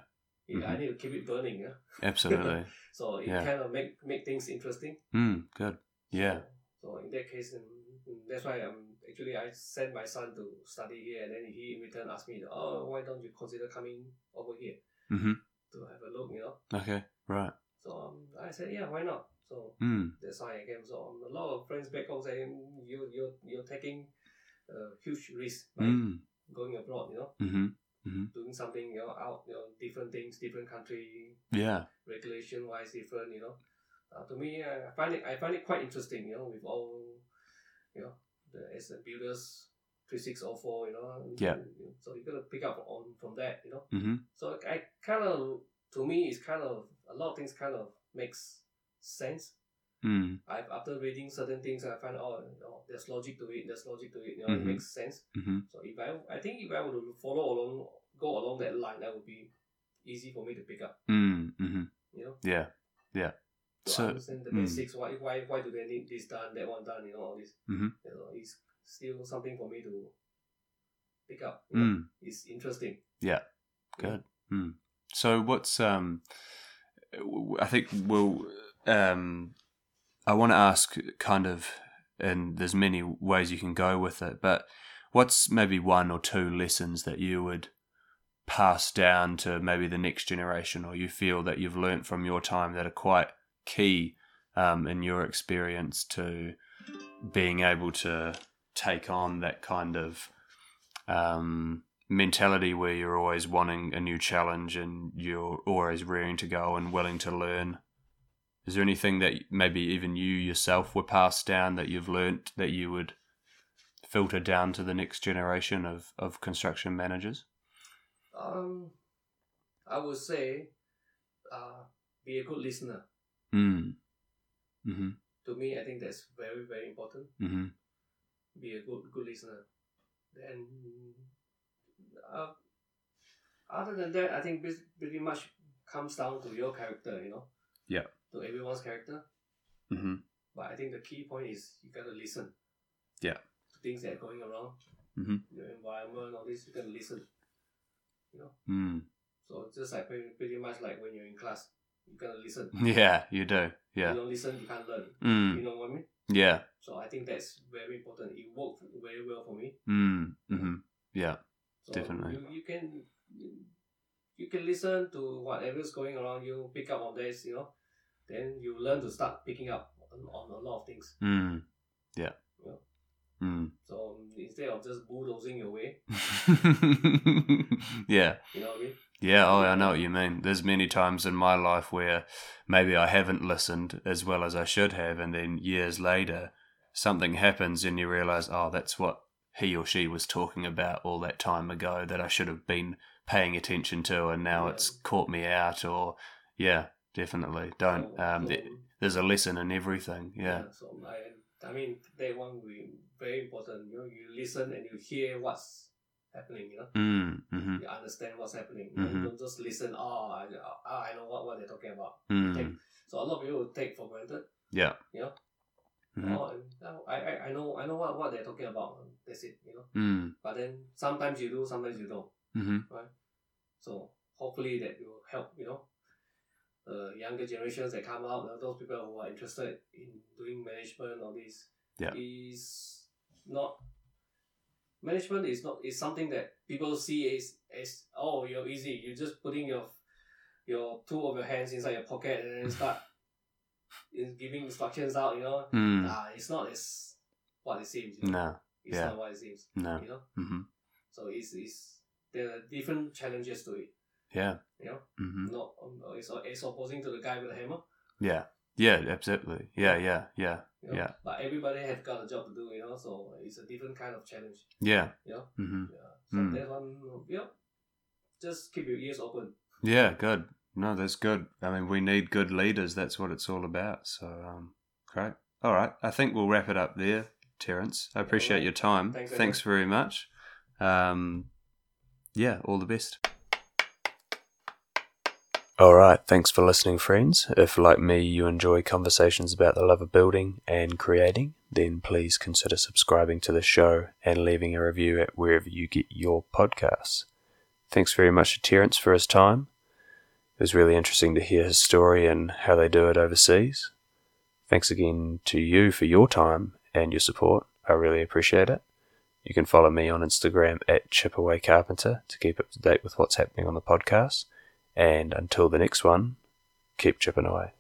Speaker 2: Yeah, i need to keep it burning yeah
Speaker 1: Absolutely.
Speaker 2: so it
Speaker 1: Yeah.
Speaker 2: kind of make make things interesting
Speaker 1: Mm, good. Yeah.
Speaker 2: so in that case um, that's why i'm actually i sent my son to study here and then he in return asked me oh why don't you consider coming over here
Speaker 1: Mhm.
Speaker 2: to have a look you know
Speaker 1: Okay. Right.
Speaker 2: so um, i said yeah why not so
Speaker 1: Mm.
Speaker 2: that's why I came. So um, a lot of friends back home saying you you you're taking a huge risk by
Speaker 1: Mm.
Speaker 2: going abroad. You know,
Speaker 1: Mm-hmm.
Speaker 2: doing something you know out you know different things, different country,
Speaker 1: Yeah.
Speaker 2: regulation wise different. You know, uh, to me I find it I find it quite interesting. You know, with all you know the as a builders. 3604, you know.
Speaker 1: Yeah.
Speaker 2: So you gotta pick up on from that, you know.
Speaker 1: Mm-hmm.
Speaker 2: So I kind of, to me, it's kind of a lot of things kind of makes sense.
Speaker 1: Mm.
Speaker 2: I after reading certain things, I find oh, you know, there's logic to it. There's logic to it. You know,
Speaker 1: Mhm.
Speaker 2: it makes sense.
Speaker 1: Mm-hmm.
Speaker 2: So if I, I think if I were to follow along, go along that line, that would be easy for me to pick up.
Speaker 1: Mm. Mm-hmm.
Speaker 2: You know,
Speaker 1: Yeah. Yeah.
Speaker 2: to
Speaker 1: So,
Speaker 2: understand the
Speaker 1: mm.
Speaker 2: basics. Why, why, why do they need this done, that one done? You know, all this.
Speaker 1: Mhm.
Speaker 2: You know, it's still something for me to pick up. You know?
Speaker 1: Mm.
Speaker 2: It's interesting.
Speaker 1: Good. Mm. So what's um? I think we'll um. I want to ask kind of, and there's many ways you can go with it, but what's maybe one or two lessons that you would pass down to maybe the next generation, or you feel that you've learnt from your time that are quite key um, in your experience to being able to take on that kind of um, mentality where you're always wanting a new challenge and you're always rearing to go and willing to learn. Is there anything that maybe even you yourself were passed down that you've learnt that you would filter down to the next generation of, of construction managers?
Speaker 2: Um, I would say, uh, be a good listener.
Speaker 1: Mm. Mm-hmm.
Speaker 2: To me, I think that's very very important.
Speaker 1: Mm-hmm.
Speaker 2: Be a good good listener. And uh, other than that, I think this pretty much comes down to your character. You know.
Speaker 1: Yeah.
Speaker 2: To everyone's character,
Speaker 1: Mm-hmm.
Speaker 2: but I think the key point is you gotta listen.
Speaker 1: Yeah.
Speaker 2: To things that are going around.
Speaker 1: Mhm.
Speaker 2: Your environment, all this, you gotta listen. You know.
Speaker 1: Mm.
Speaker 2: So it's just like pretty, pretty much like when you're in class, you gotta listen.
Speaker 1: Yeah, you do.
Speaker 2: You
Speaker 1: Yeah.
Speaker 2: don't listen, you can't learn.
Speaker 1: Mm.
Speaker 2: You know what I mean?
Speaker 1: Yeah.
Speaker 2: So I think that's very important. It worked very well for me.
Speaker 1: Mm. Mm-hmm. Yeah.
Speaker 2: So
Speaker 1: Definitely.
Speaker 2: You, you can you can listen to whatever's going around you, pick up on this, you know. Then you learn to start picking up on, on a lot of things.
Speaker 1: Mm. Yeah.
Speaker 2: Yeah.
Speaker 1: Mm.
Speaker 2: So um, instead of just bulldozing your way,
Speaker 1: Hmm. yeah.
Speaker 2: you know what I mean?
Speaker 1: Yeah, oh, I know what you mean. There's many times in my life where maybe I haven't listened as well as I should have, and then years later, something happens and you realize, oh, that's what he or she was talking about all that time ago that I should have been paying attention to, and now
Speaker 2: Yeah.
Speaker 1: it's caught me out. Or, yeah, definitely don't.
Speaker 2: So-
Speaker 1: Um,
Speaker 2: so-
Speaker 1: th- there's a lesson in everything. Yeah,
Speaker 2: So um, I, I mean, that one we very important. You know, you listen and you hear what's happening. You know,
Speaker 1: mm, mm-hmm,
Speaker 2: you understand what's happening. You know,
Speaker 1: Mhm.
Speaker 2: You don't just listen. Oh, I, ah, I know what, what they're talking about.
Speaker 1: mm,
Speaker 2: Take, so a lot of people will take for granted.
Speaker 1: yeah,
Speaker 2: You know,
Speaker 1: Mhm.
Speaker 2: oh, no, I, I, I know, I know what, what they're talking about. um, That's it. You know,
Speaker 1: mm,
Speaker 2: but then sometimes you do, sometimes you don't.
Speaker 1: mm-hmm,
Speaker 2: So hopefully that will help. You know. The younger generations that come out, you know, those people who are interested in doing management, all this,
Speaker 1: yeah,
Speaker 2: is not management is not is something that people see as as oh you're easy you're just putting your your two of your hands inside your pocket and then start is giving instructions out you know
Speaker 1: mm,
Speaker 2: nah, it's not as what it seems you know?
Speaker 1: no,
Speaker 2: it's
Speaker 1: yeah.
Speaker 2: not what it seems
Speaker 1: no,
Speaker 2: you know
Speaker 1: mm-hmm,
Speaker 2: so it's it's there are different challenges to it
Speaker 1: yeah,
Speaker 2: you know
Speaker 1: mm-hmm.
Speaker 2: not um, it's, it's opposing to the guy with a hammer
Speaker 1: Yeah. Yeah, absolutely. Yeah, yeah, yeah.
Speaker 2: you know?
Speaker 1: Yeah.
Speaker 2: but everybody has got a job to do you know so it's a different kind of challenge
Speaker 1: Yeah.
Speaker 2: Yeah.
Speaker 1: hmm
Speaker 2: Yeah. So
Speaker 1: Mm.
Speaker 2: that one, yeah. Just keep your ears open.
Speaker 1: Yeah, good. No, that's good. I mean, we need good leaders. That's what it's all about. So, um, great. All right. I think we'll wrap it up there, Terence. I appreciate
Speaker 2: right.
Speaker 1: your time.
Speaker 2: Thanks,
Speaker 1: Thanks very much. Um, yeah, all the best. All right, thanks for listening, friends. If, like me, you enjoy conversations about the love of building and creating, then please consider subscribing to the show and leaving a review at wherever you get your podcasts. Thanks very much to Terence for his time. It was really interesting to hear his story and how they do it overseas. Thanks again to you for your time and your support. I really appreciate it. You can follow me on Instagram at Chipaway Carpenter to keep up to date with what's happening on the podcast. And until the next one, keep chipping away.